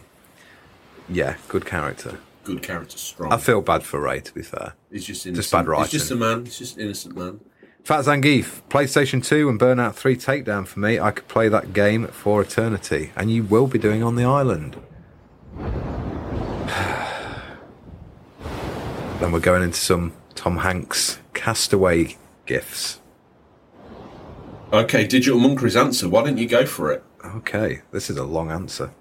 A: yeah, good character.
B: Good character, strong.
A: I feel bad for Ray, to be fair.
B: He's just innocent.
A: Just bad
B: He's just a
A: writing.
B: man. He's just an innocent man.
A: Fat Zangief, PlayStation 2 and Burnout 3 Takedown for me. I could play that game for eternity, and you will be doing on the island. then we're going into some Tom Hanks castaway gifts.
B: Okay, Digital Monkery's answer. Why didn't you go for it?
A: Okay, this is a long answer.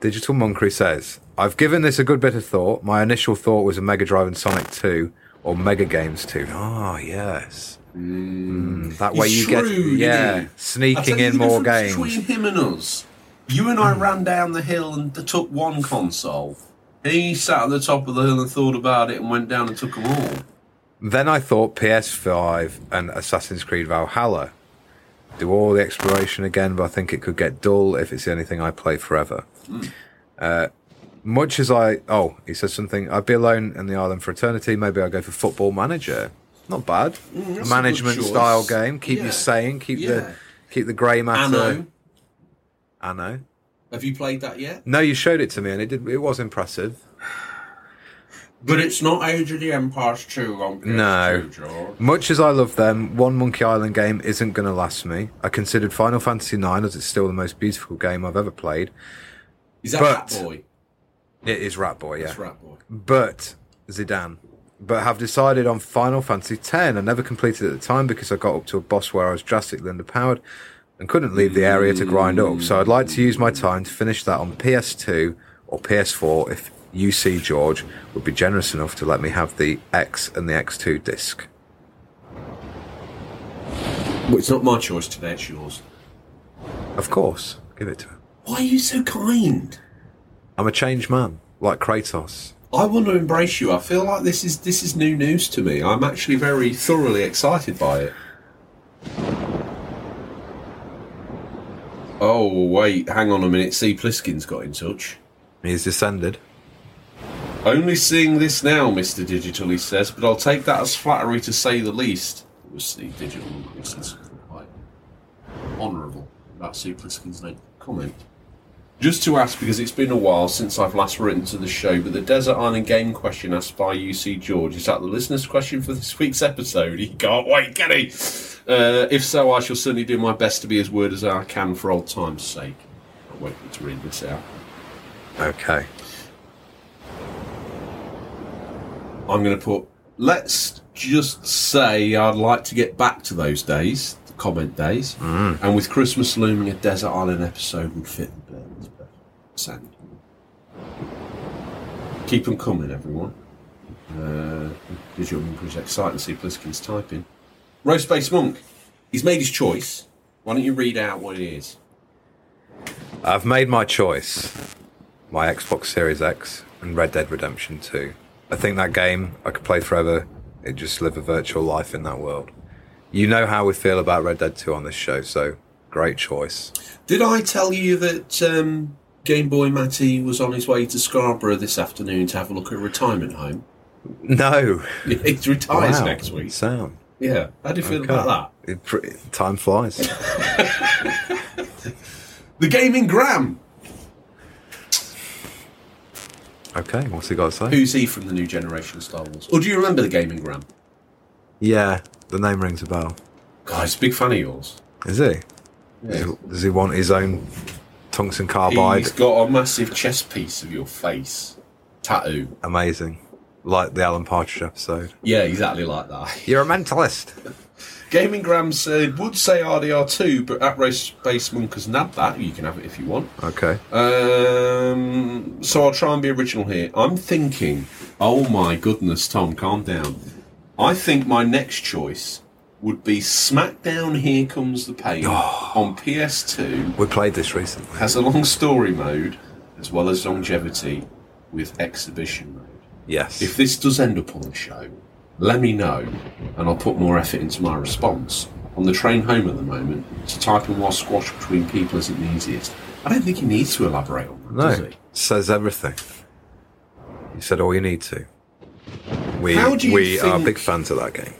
A: Digital Monkery says, I've given this a good bit of thought. My initial thought was a Mega Drive and Sonic 2 or Mega Games 2. Ah, yes. Mm, that way you
B: He's
A: get
B: shrewd,
A: yeah,
B: isn't he? I tell
A: sneaking
B: you
A: in
B: the
A: more
B: difference
A: games.
B: Between him and us, you and I ran down the hill and took one console. He sat at the top of the hill and thought about it and went down and took them all.
A: Then I thought PS5 and Assassin's Creed Valhalla. Do all the exploration again, but I think it could get dull if it's the only thing I play forever.
B: Hmm.
A: Uh, much as I. Oh, he says something. I'd be alone in the island for eternity. Maybe I'll go for Football Manager. Not bad.
B: Mm, that's a
A: Management
B: good choice.
A: style game. Keep
B: Yeah.
A: you sane. Keep
B: Yeah.
A: the keep the grey matter.
B: Anno,
A: Anno.
B: have you played that yet?
A: No, you showed it to me, and it did. It was impressive.
B: But it's not Age of the Empires 2 on PS2,
A: No.
B: George.
A: Much as I love them, one Monkey Island game isn't going to last me. I considered Final Fantasy IX as it's still the most beautiful game I've ever played.
B: Is that
A: But-
B: Rat Boy?
A: It is Ratboy, yeah.
B: That's Rat Boy.
A: But Zidane. But have decided on Final Fantasy X. I never completed it at the time because I got up to a boss where I was drastically underpowered and couldn't leave the area to grind up. So I'd like to use my time to finish that on PS2 or PS4 if UC George would be generous enough to let me have the X and the X2 disc.
B: Well, it's not my choice today, it's yours.
A: Of course, give it to him.
B: Why are you so kind?
A: I'm a changed man, like Kratos.
B: I want to embrace you. I feel like this is this is new news to me. I'm actually very thoroughly excited by it. Oh wait, hang on a minute. See, Pliskin's got in touch.
A: He's descended.
B: Only seeing this now, Mister Digital. He says, but I'll take that as flattery to say the least. It was the digital. This is quite honourable. That's Sue Pliskin's no comment. Just to ask, because it's been a while since I've last written to the show, but the Desert Island game question asked by UC George is that the listener's question for this week's episode? He can't wait, can he? Uh, if so, I shall certainly do my best to be as word as I can for old time's sake. I won't need to read this out.
A: Okay.
B: I'm going to put
G: let's just say I'd like to get back to those days, the comment days, and with Christmas looming, a desert island episode would fit the bill. as best Sand. Keep them coming, everyone. Uh, gives your increased excited to see Pliskin's typing. Roast Space Monk, he's made his choice. Why don't you read out what it is?
A: I've made my choice. My Xbox Series X and Red Dead Redemption 2. I think that game I could play forever. It just live a virtual life in that world. You know how we feel about Red Dead 2 on this show, so great choice.
B: Did I tell you that um, Game Boy Matty was on his way to Scarborough this afternoon to have a look at a retirement home?
A: No.
B: He retires
A: Wow.
B: next week.
A: Sound.
B: Yeah. How do you feel
A: Okay.
B: about
A: It pre- time flies.
B: that? The Gaming Gram.
A: okay, what's he got to say?
B: Who's he from the new generation of Star Wars? Or do you remember the Gaming Gram?
A: Yeah, the name rings a bell.
B: Guys, big fan of yours.
A: Is he? Does he- Does he want his own tungsten carbide?
B: He's got a massive chess piece of your face tattoo.
A: Amazing. Like the Alan Partridge episode.
B: Yeah, exactly like that.
A: You're a mentalist.
B: Gaming Gram said would say RDR2, but at Race Space Monk has nabbed that. You can have it if you want.
A: Okay.
B: Um, so I'll try and be original here. I'm thinking, oh my goodness, Tom, calm down. I think my next choice would be SmackDown Here Comes the Pain on PS2,
A: We played this recently.
B: has a long story mode as well as longevity with exhibition mode.
A: Yes.
B: If this does end up on the show, let me know and I'll put more effort into my response. On the train home at the moment, to type in while squash between people isn't the easiest. I don't think he needs to elaborate on that, does
A: no.
B: he?
A: Says everything. You said all you need to. We
B: How do you
A: we are
B: think-
A: big fans of that game.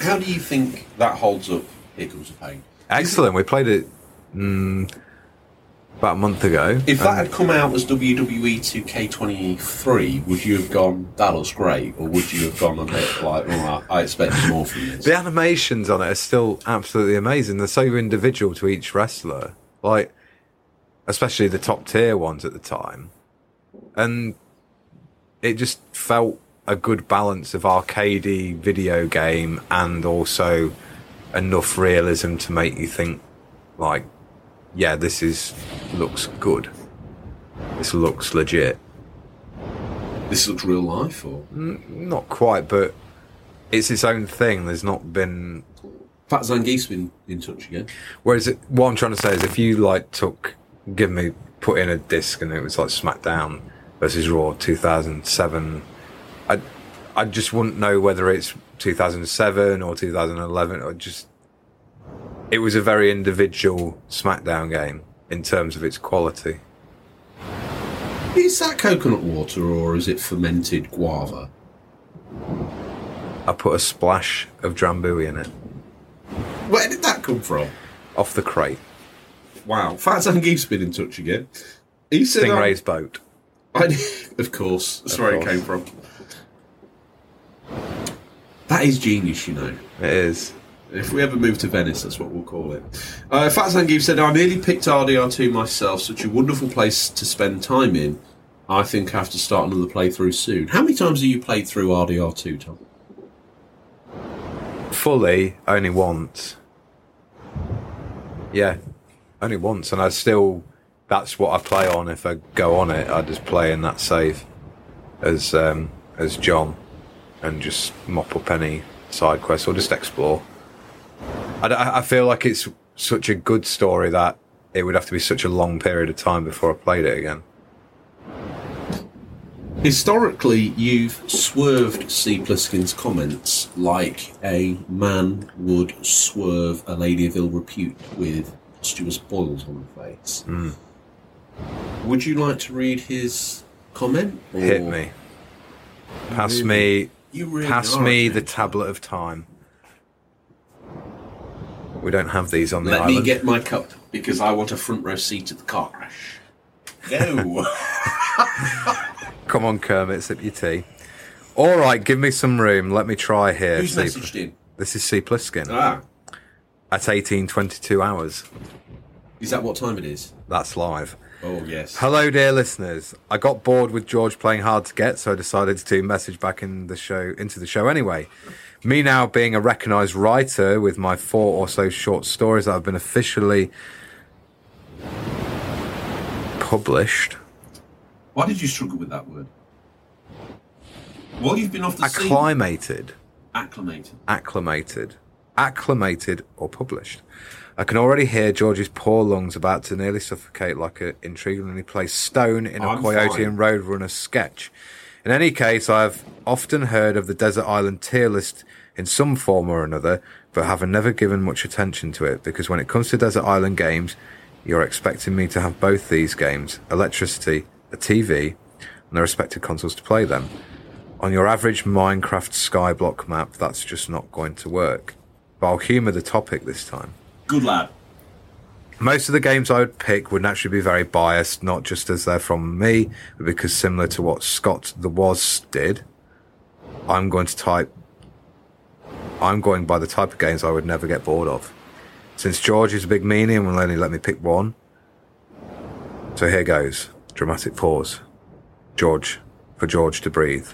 B: How do you think that holds up? Here comes the pain.
A: Excellent. We played it mm, about a month ago.
B: If that
A: and
B: had come out as E WWE 2K23, would you have gone, that looks great? Or would you have gone a bit like, oh, I I expect more from this?
A: the animations on it are still absolutely amazing. They're so individual to each wrestler. Like especially the top tier ones at the time. And it just felt a good balance of arcadey video game and also enough realism to make you think like yeah this is looks good this looks legit
B: This looks real life, or?
A: not quite but it's its own thing there's not been
B: Pat Zangief's been in touch again.
A: Whereas it, what I'm trying to say is, if you like took, give me, put in a disc, and it was like SmackDown versus Raw 2007, I, I just wouldn't know whether it's 2007 or 2011 or just. It was a very individual SmackDown game in terms of its quality.
B: Is that coconut water, or is it fermented guava?
A: I put a splash of Drambuie in it
B: Where did that come from?
A: off the crate,
B: Wow. Fat Zangief's been in touch again. He said,
A: Stingray's boat.
B: I, of course. That's
A: Of
B: where
A: course.
B: it came from. That is genius, you know.
A: It is.
B: If we ever move to Venice, that's what we'll call it. Uh, Fat Zangief said, I nearly picked RDR2 myself. Such a wonderful place to spend time in. I think I have to start another playthrough soon. How many times have you played through RDR2, Tom?
A: fully only once. Yeah, only once, and I still. That's what I play on. If I go on it, I just play in that save as um, as John, and just mop up any side quests or just explore. I, d- I feel like it's such a good story that it would have to be such a long period of time before I played it again.
B: Historically, you've swerved C. Pliskin's comments like a man would swerve a lady of ill repute with Stuart Spoils on the face. Would you like to read his comment? or-
A: Hit me, pass me
B: You really
A: Pass
B: are a
A: me the
B: gentleman.
A: tablet of time. We don't have these on the
B: Let
A: island.
B: me get my cup because I want a front row seat at the car crash. No.
A: Come on, Kermit, sip your tea. All right, give me some room. Let me try here.
B: Who's
A: C-
B: messaged in?
A: This is C Pliskin
B: Ah,
A: at eighteen twenty-two hours.
B: is that what time it is?
A: That's live.
B: Oh, yes.
A: Hello, dear listeners. I got bored with George playing hard to get, so I decided to message back in the show into the show anyway. Me now being a recognised writer with my four or so short stories that have been officially published.
B: Why did you struggle with that word? Well, you've been off the scene.
A: Acclimated.
B: Acclimated.
A: acclimated, acclimated or published. I can already hear George's poor lungs about to nearly suffocate like an intriguingly placed stone in a
B: I'm
A: Coyote
B: fine.
A: and Roadrunner sketch. In any case, I have often heard of the Desert Island tier list in some form or another, but have never given much attention to it because when it comes to Desert Island games, you're expecting me to have both these games, electricity, a TV, and the respective consoles to play them. On your average Minecraft skyblock map, that's just not going to work. But I'll humour the topic this time.
B: Good lad.
A: Most of the games I would pick would naturally be very biased, not just as they're from me, but because similar to what Scott the Was did, I'm going to type. I'm going by the type of games I would never get bored of. Since George is a big meanie and will only let me pick one. So here goes. Dramatic pause. George, for George to breathe.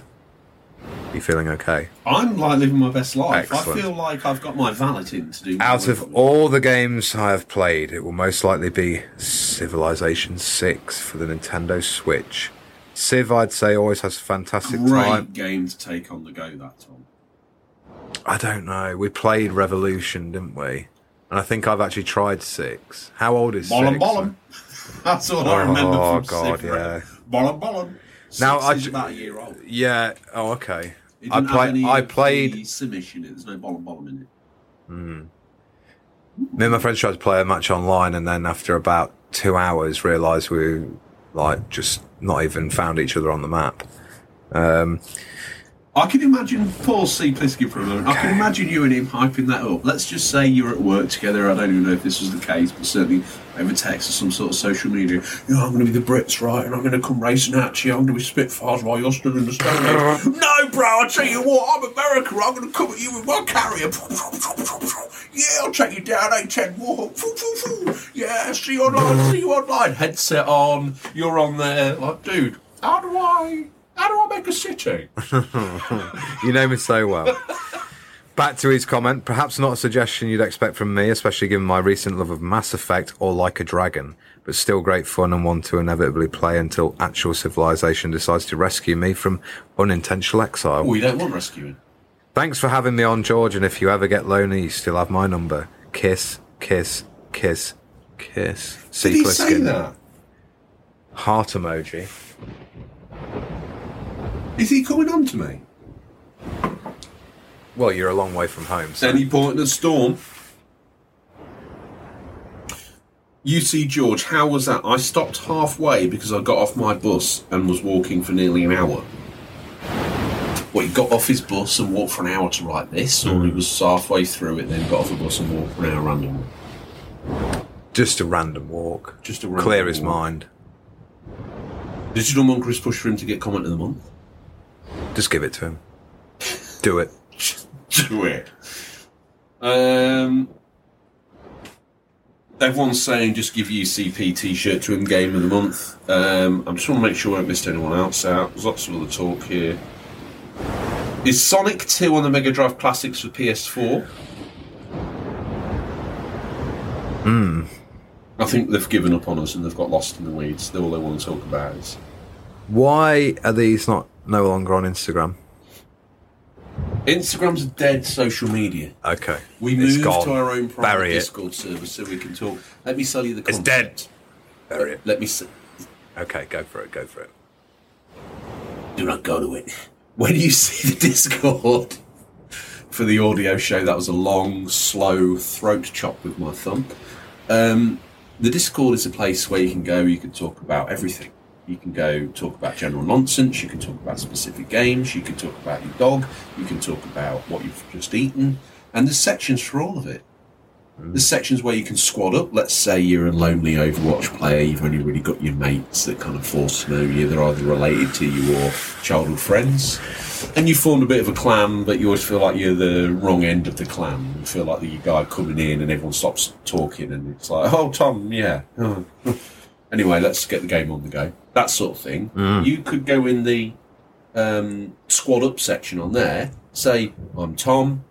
A: You feeling okay?
B: I'm like living my best life.
A: Excellent.
B: I feel like I've got my valet in to do.
A: Out
B: my
A: of
B: work.
A: all the games I have played, it will most likely be Civilization 6 for the Nintendo Switch. Civ, I'd say, always has a fantastic
B: great
A: time.
B: game to take on the go. That Tom.
A: I don't know. We played Revolution, didn't we? And I think I've actually tried 6. How old is
B: Bollum
A: 6?
B: Bollum. That's all I remember
A: Oh,
B: from
A: God,
B: Civ
A: yeah.
B: Red. Bollum Bollum.
A: Now,
B: Six
A: I
B: is
A: ju-
B: about a year old. It
A: Yeah. Oh, okay. I,
B: didn't have
A: play,
B: any
A: I
B: of the
A: played.
B: Simish in it. There's no Bollum Bollum in it.
A: Me and my friends tried to play a match online, and then after about two hours, realised we like just not even found each other on the map.
B: I can imagine Paul C. Pliskin for a moment. I can imagine you and him hyping that up. Let's just say you're at work together. I don't even know if this was the case, but certainly over text or some sort of social media. You know, I'm going to be the Brits, right? And I'm going to come racing at you. I'm going to be Spitfires while you're stood in the stone. no, bro, I tell you what, I'm America. I'm going to come at you with my carrier. yeah, I'll take you down, A10 walk. yeah, see you online, see you online. Headset on, you're on there. Like, dude, how do I, how do I make a city?
A: You know me so well. Back to his comment. Perhaps not a suggestion you'd expect from me, especially given my recent love of Mass Effect or Like a Dragon, but still great fun and one to inevitably play until actual civilization decides to rescue me from unintentional exile.
B: We Oh, don't want rescuing.
A: Thanks for having me on, George, and if you ever get lonely, you still have my number. Kiss, kiss, kiss, kiss. See
B: Did he say that?
A: Heart emoji.
B: Is he coming on to me?
A: Well, you're a long way from home, so
B: Any point in a storm? You see, George, how was that? I stopped halfway because I got off my bus and was walking for nearly an hour. Well, he got off his bus and walked for an hour to write this, or he was halfway through it, then got off the bus and walked for an hour randomly.
A: just a random walk.
B: Just a random
A: Clear his
B: walk.
A: mind.
B: Digital Monk has pushed for him to get comment of the month.
A: Just give it to him. Do it.
B: do it. Um, everyone's saying just give UCP T-shirt to him game of the month. Um, I'm just want to make sure I haven't missed anyone else out. There's lots of other talk here. Is Sonic 2 on the Mega Drive Classics for PS4? Hmm. I think they've given up on us and they've got lost in the weeds. They're all they want to talk about is
A: Why are these not no longer on Instagram?
B: Instagram's a dead social media.
A: Okay,
B: We
A: It's
B: moved
A: gone.
B: to our own private
A: Bury it.
B: Discord server so we can talk. Let me sell you the
A: It's
B: concept.
A: dead. Bury it.
B: Let me s
A: Okay, go for it. Go for it.
B: Do not go to it. When you see the Discord for the audio show, that was a long, slow throat chop with my thumb. Um, the Discord is a place where you can go, you can talk about everything. You can go talk about general nonsense, you can talk about specific games, you can talk about your dog, you can talk about what you've just eaten, and there's sections for all of it. There's sections where you can squad up. Let's say you're a lonely Overwatch player, you've only really got your mates that kind of force to know you. They're either related to you or childhood friends. And you formed a bit of a clan, but you always feel like you're the wrong end of the clan. You feel like the guy coming in and everyone stops talking and it's like, oh, Tom, yeah. oh." Anyway, let's get the game on the go. That sort of thing. You could go in the um, squad up section on there. Say, I'm Tom.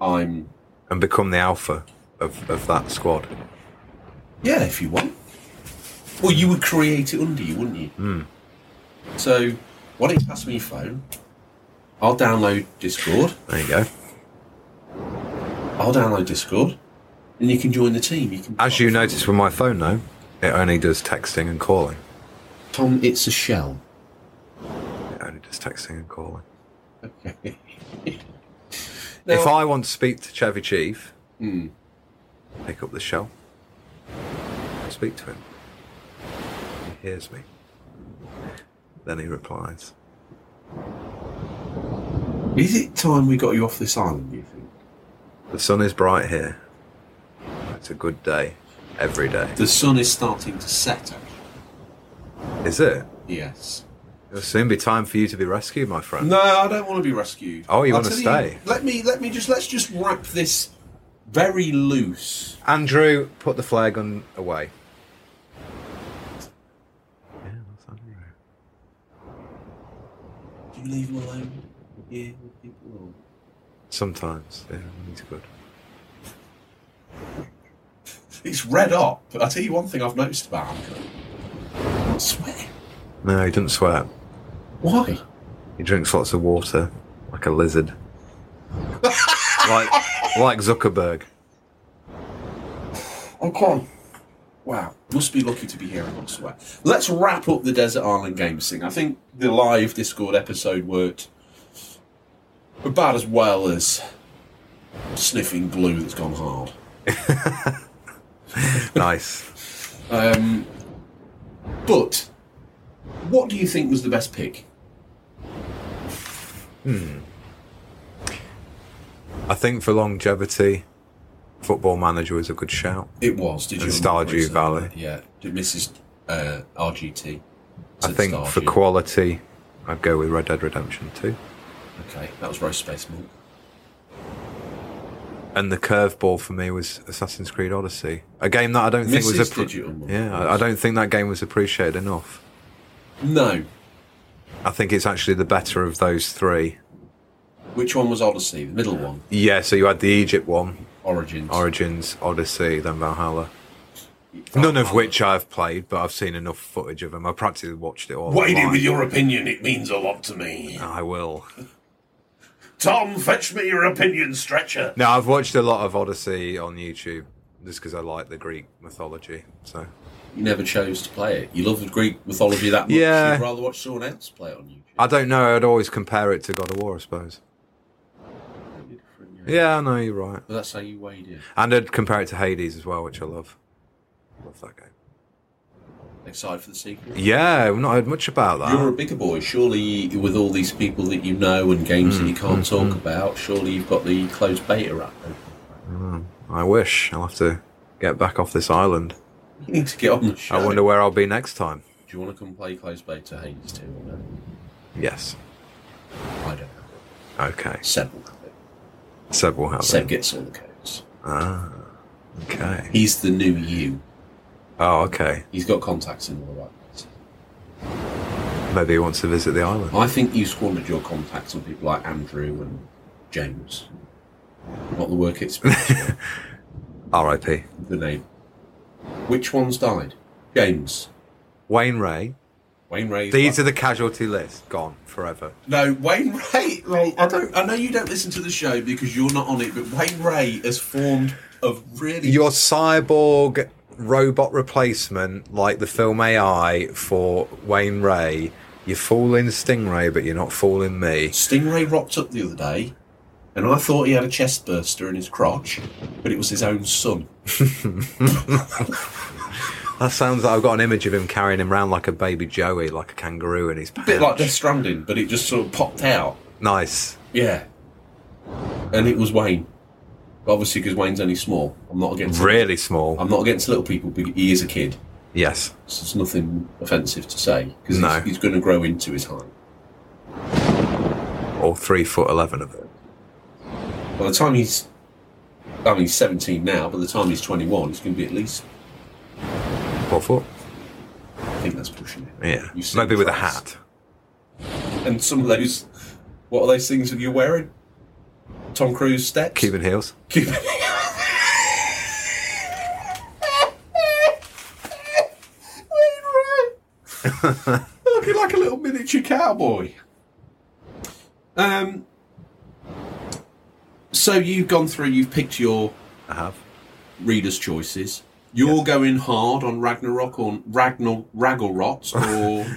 B: I'm
A: and become the alpha of, of that squad.
B: yeah, if you want. Well, you would create it under you, wouldn't you?
A: Hmm.
B: So, why don't you pass me your phone? I'll download Discord.
A: There you go.
B: I'll download Discord, and you can join the team. You can.
A: As you notice with my phone, though, it only does texting and calling.
B: Tom, it's a shell.
A: It only does texting and calling.
B: Now- Hmm.
A: if I want to speak to Chevy Chief, pick up the shell, speak to him. He hears me. Then he replies.
B: Is it time we got you off this island? You think
A: The sun is bright here. It's a good day. Every day.
B: the sun is starting to set? Actually.
A: Is it?
B: Yes.
A: It'll soon be time for you to be rescued, my friend.
B: No, I don't want to be rescued.
A: Oh, you
B: I'll
A: wanna
B: tell
A: stay?
B: let me. Let me just. Let's just wrap this very loose.
A: Andrew, put the flare gun away. Yeah, that's Andrew.
B: Do you leave him alone? Yeah, with people.
A: Sometimes, yeah, he's good.
B: It's red up. But I tell you one thing I've noticed about him. Sweating.
A: No, he doesn't sweat.
B: Why?
A: He drinks lots of water, like a lizard. like, like Zuckerberg.
B: Okay. Wow. Must be lucky to be here and not sweat. Let's wrap up the Desert Island Games thing. I think the live Discord episode worked about as well as sniffing glue that's gone hard.
A: Nice.
B: Um, but what do you think was the best pick?
A: I think for longevity, Football Manager was a good shout.
B: It was. Did you
A: And
B: remember
A: Stardew
B: it?
A: Valley.
B: Yeah. Did Mrs. Uh, RGT?
A: I
B: said
A: think for
B: Stardew.
A: quality, I'd go with Red Dead Redemption 2.
B: Okay, that was roast space milk.
A: And the curveball for me was Assassin's Creed Odyssey, a game that I don't think was
B: Mrs.
A: appre-
B: Digital Mark.
A: yeah, I, I don't think that game was appreciated enough.
B: No.
A: I think it's actually the better of those three.
B: Which one was Odyssey? The middle one.
A: Yeah, so you had the Egypt one,
B: Origins.
A: Origins, Odyssey, then Valhalla. None of which I've played, but I've seen enough footage of them. I practically watched it all.
H: Waiting
A: online.
H: with your opinion, it means a lot to me.
A: I will.
H: Tom, fetch me your opinion stretcher.
A: No, I've watched a lot of Odyssey on YouTube just because I like the Greek mythology. So
B: You never chose to play it. You love the Greek mythology that much.
A: Yeah.
B: You'd rather watch someone else play it on YouTube.
A: I don't know. I'd always compare it to God of War, I suppose. Yeah, I know you're right.
B: But that's how you weighed in.
A: And I'd compare it to Hades as well, which I love. Love that game.
B: Excited for the sequel?
A: Yeah, we've not heard much about that.
B: You're a bigger boy. Surely, with all these people that you know and games that you
A: Mm,
B: can't talk about, surely you've got the closed beta app. open.
A: I wish. I'll have to get back off this island.
B: You need to get on the show.
A: I wonder where I'll be next time.
B: Do you want to come play closed beta Hades 2 or no?
A: Yes.
B: I don't know.
A: Okay.
B: Seb will have it.
A: Seb will have
B: Seb
A: it.
B: gets all the codes.
A: Okay.
B: He's the new you.
A: Oh, okay.
B: He's got contacts in all the right places.
A: Maybe he wants to visit the island.
B: I think you squandered your contacts on people like Andrew and James. Not the work it's the
A: R.I.P.
B: name. Which one's died? James.
A: Wayne Ray.
B: Wayne Ray.
A: These are the casualty list. Gone forever.
B: No, Wayne Ray. Well, I don't. I know you don't listen to the show because you're not on it, but Wayne Ray has formed a really.
A: Your cyborg robot replacement, like the film AI for Wayne Ray. You're fooling Stingray, but you're not fooling me.
B: Stingray rocked up the other day, and I thought he had a chest burster in his crotch, but it was his own son.
A: That sounds like I've got an image of him carrying him around like a baby Joey, like a kangaroo in his
B: A bit like
A: pouch.
B: Death Stranding, but it just sort of popped out.
A: Nice.
B: Yeah. And it was Wayne. Obviously, because Wayne's only small. I'm not against.
A: Really small.
B: I'm not against little people, but he is a kid.
A: Yes.
B: So it's nothing offensive to say because
A: No.
B: he's, he's going to grow into his height.
A: Or three foot eleven of it.
B: By the time he's, I mean, he's 17 now. By the time he's 21, he's going to be at least
A: Four foot.
B: think that's pushing it.
A: Yeah.
B: You sing
A: Maybe with a
B: twice.
A: hat.
B: And some of those, what are those things that you're wearing? Tom Cruise steps.
A: Cuban heels.
B: Cuban. Looking like a little miniature cowboy. Um. So you've gone through. You've picked your
A: I have.
B: readers' choices. You're going hard on Ragnarok or Ragnar Ragnarot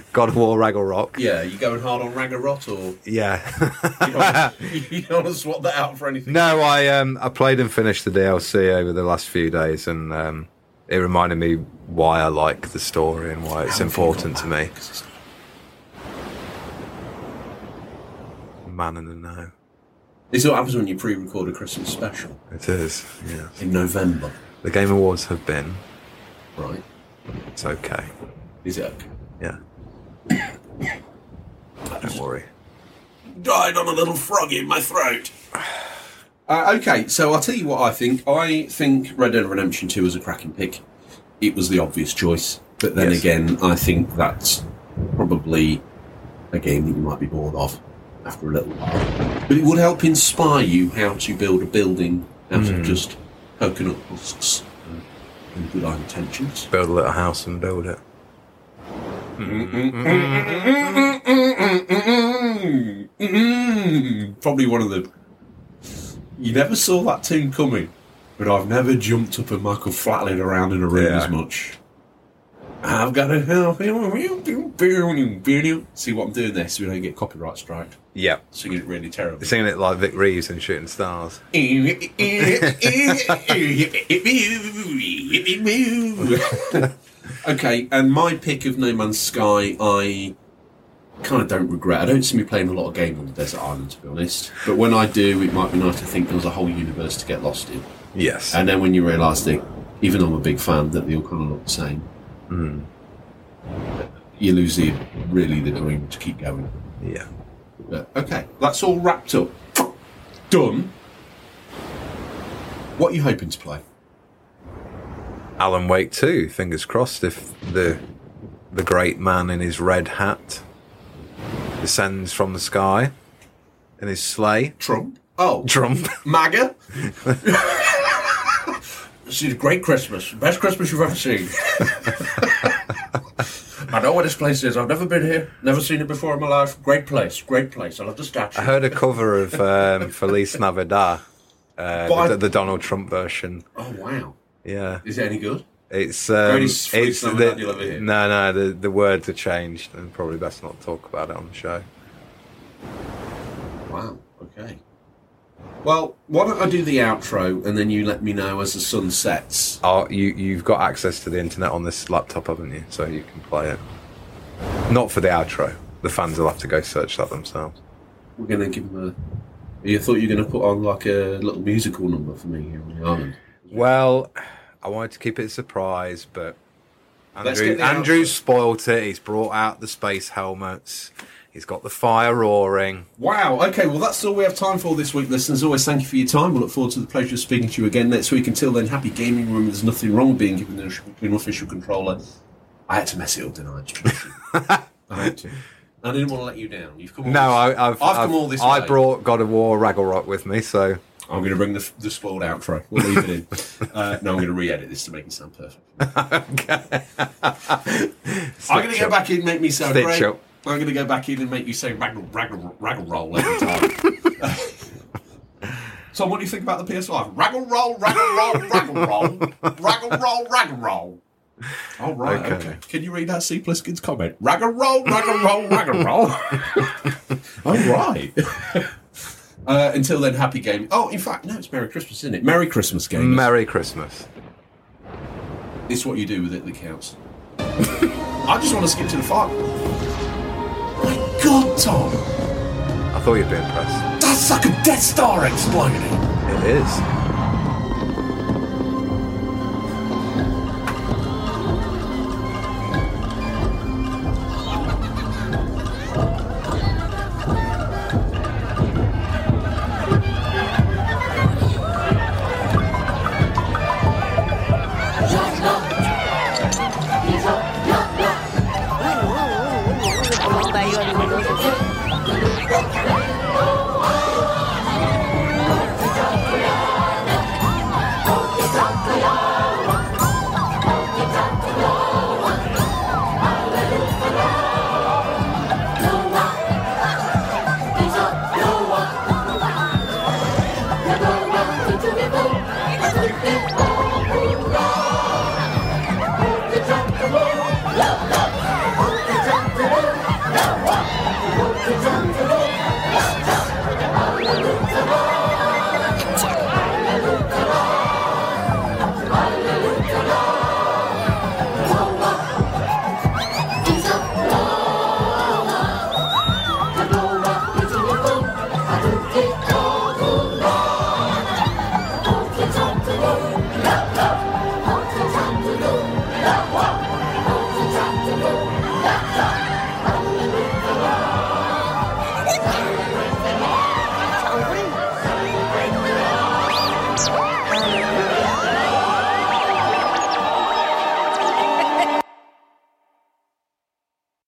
B: or
A: God of War, Raggle Rock.
B: yeah, you going hard on Ragnarot or
A: Yeah.
B: you don't, wanna- you don't want to swap that out for anything.
A: No, I um I played and finished the DLC over the last few days, and um, it reminded me why I like the story and why it's important to me. Man in the know,
B: This is what happens when you pre-record a Christmas special
A: it is. Yes,
B: in November,
A: the Game Awards have been.
B: right?
A: It's okay.
B: Is it? Okay?
A: Yeah, don't worry.
B: died on a little frog in my throat. Uh, okay, so I'll tell you what I think. I think Red Dead Redemption 2 was a cracking pick. It was the obvious choice. But then
A: Yes.
B: again, I think that's probably a game that you might be bored of after a little while. But it would help inspire you how to build a building out of just coconut husks and good eye intentions.
A: Build a little house and build it.
B: Probably one of the. You never saw that tune coming, but I've never jumped up and Michael Flatlin around in a room
A: Yeah.
B: as much. I've got to help him. See what I'm doing there so we don't get copyright strike.
A: Yeah,
B: Singing it really terribly.
A: singing it like Vic Reeves and shooting stars.
B: okay, and my pick of No Man's Sky, I kind of don't regret. I don't see me playing a lot of game on the desert island, to be honest. But when I do, it might be nice to think there's a whole universe to get lost in.
A: Yes,
B: And then when you realise that, even though I'm a big fan, that they all kind of look the same, you lose the really the dream to keep going.
A: yeah.
B: But, okay, that's all wrapped up. Done. What are you hoping to play?
A: Alan Wake too. Fingers crossed if the the great man in his red hat descends from the sky in his sleigh.
B: Trump. Oh,
A: Trump.
B: MAGA. this is a great Christmas. Best Christmas you've ever seen. I know what this place is. I've never been here. Never seen it before in my life. Great place. Great place. I love the statue.
A: I heard a cover of um, Feliz Navidad,
B: By-
A: uh, the, the Donald Trump version.
B: oh, wow.
A: Yeah,
B: Is it any good?
A: it's um,
B: Greatest Feliz
A: it's
B: Navidad you'll ever
A: the,
B: hear.
A: no, no. The the words are changed, and probably best not talk about it on the show.
B: Wow. Okay. Well, why don't I do the outro and then you let me know as the sun sets?
A: Oh, you you've got access to the internet on this laptop, haven't you? So you can play it. Not for the outro. The fans will have to go search that themselves.
B: We're going to give them a. You thought you were going to put on like a little musical number for me here on the island.
A: Well, I wanted to keep it a surprise, but
B: Let's
A: Andrew,
B: get the
A: Andrew
B: outfit.
A: spoilt it. He's brought out the space helmets. He's got the fire roaring.
B: Wow. Okay. Well, that's all we have time for this week, listeners. As Always, thank you for your time. We look forward to the pleasure of speaking to you again next week. Until then, happy gaming room. There's nothing wrong with being given an official- an official controller. I had to mess it up, didn't I? I had to. I didn't want to let you down. You've come. All
A: No,
B: this,
A: I, I've,
B: I've
A: I've-
B: come all this.
A: I
B: way.
A: brought God of War Raggle Rock with me, so
B: I'm going to bring the, f- the spoiled outro. We'll leave it in. Uh, no, I'm going to re-edit this to make it sound perfect. I'm going to
A: Stitch
B: go
A: up.
B: back in and make me sound
A: Stitch
B: great.
A: up.
B: I'm going to go back in and make you say raggle, raggle, raggle roll every time. so, what do you think about the PS5? Raggle roll, raggle roll, raggle roll, raggle roll, raggle roll. All right.
A: Okay.
B: okay. Can you read that C. Pliskin's comment? Raggle roll, raggle roll, raggle roll. All right. Uh, until then, happy game. Oh, in fact, no, it's Merry Christmas, isn't it? Merry Christmas, game.
A: Merry Christmas.
B: It's what you do with it that counts. I just want to skip to the fun. My God, Tom,
A: I thought you'd be impressed.
B: that's like a Death Star exploding.
A: It is.
I: He's up, he's up, yup, yup.
J: Sleep.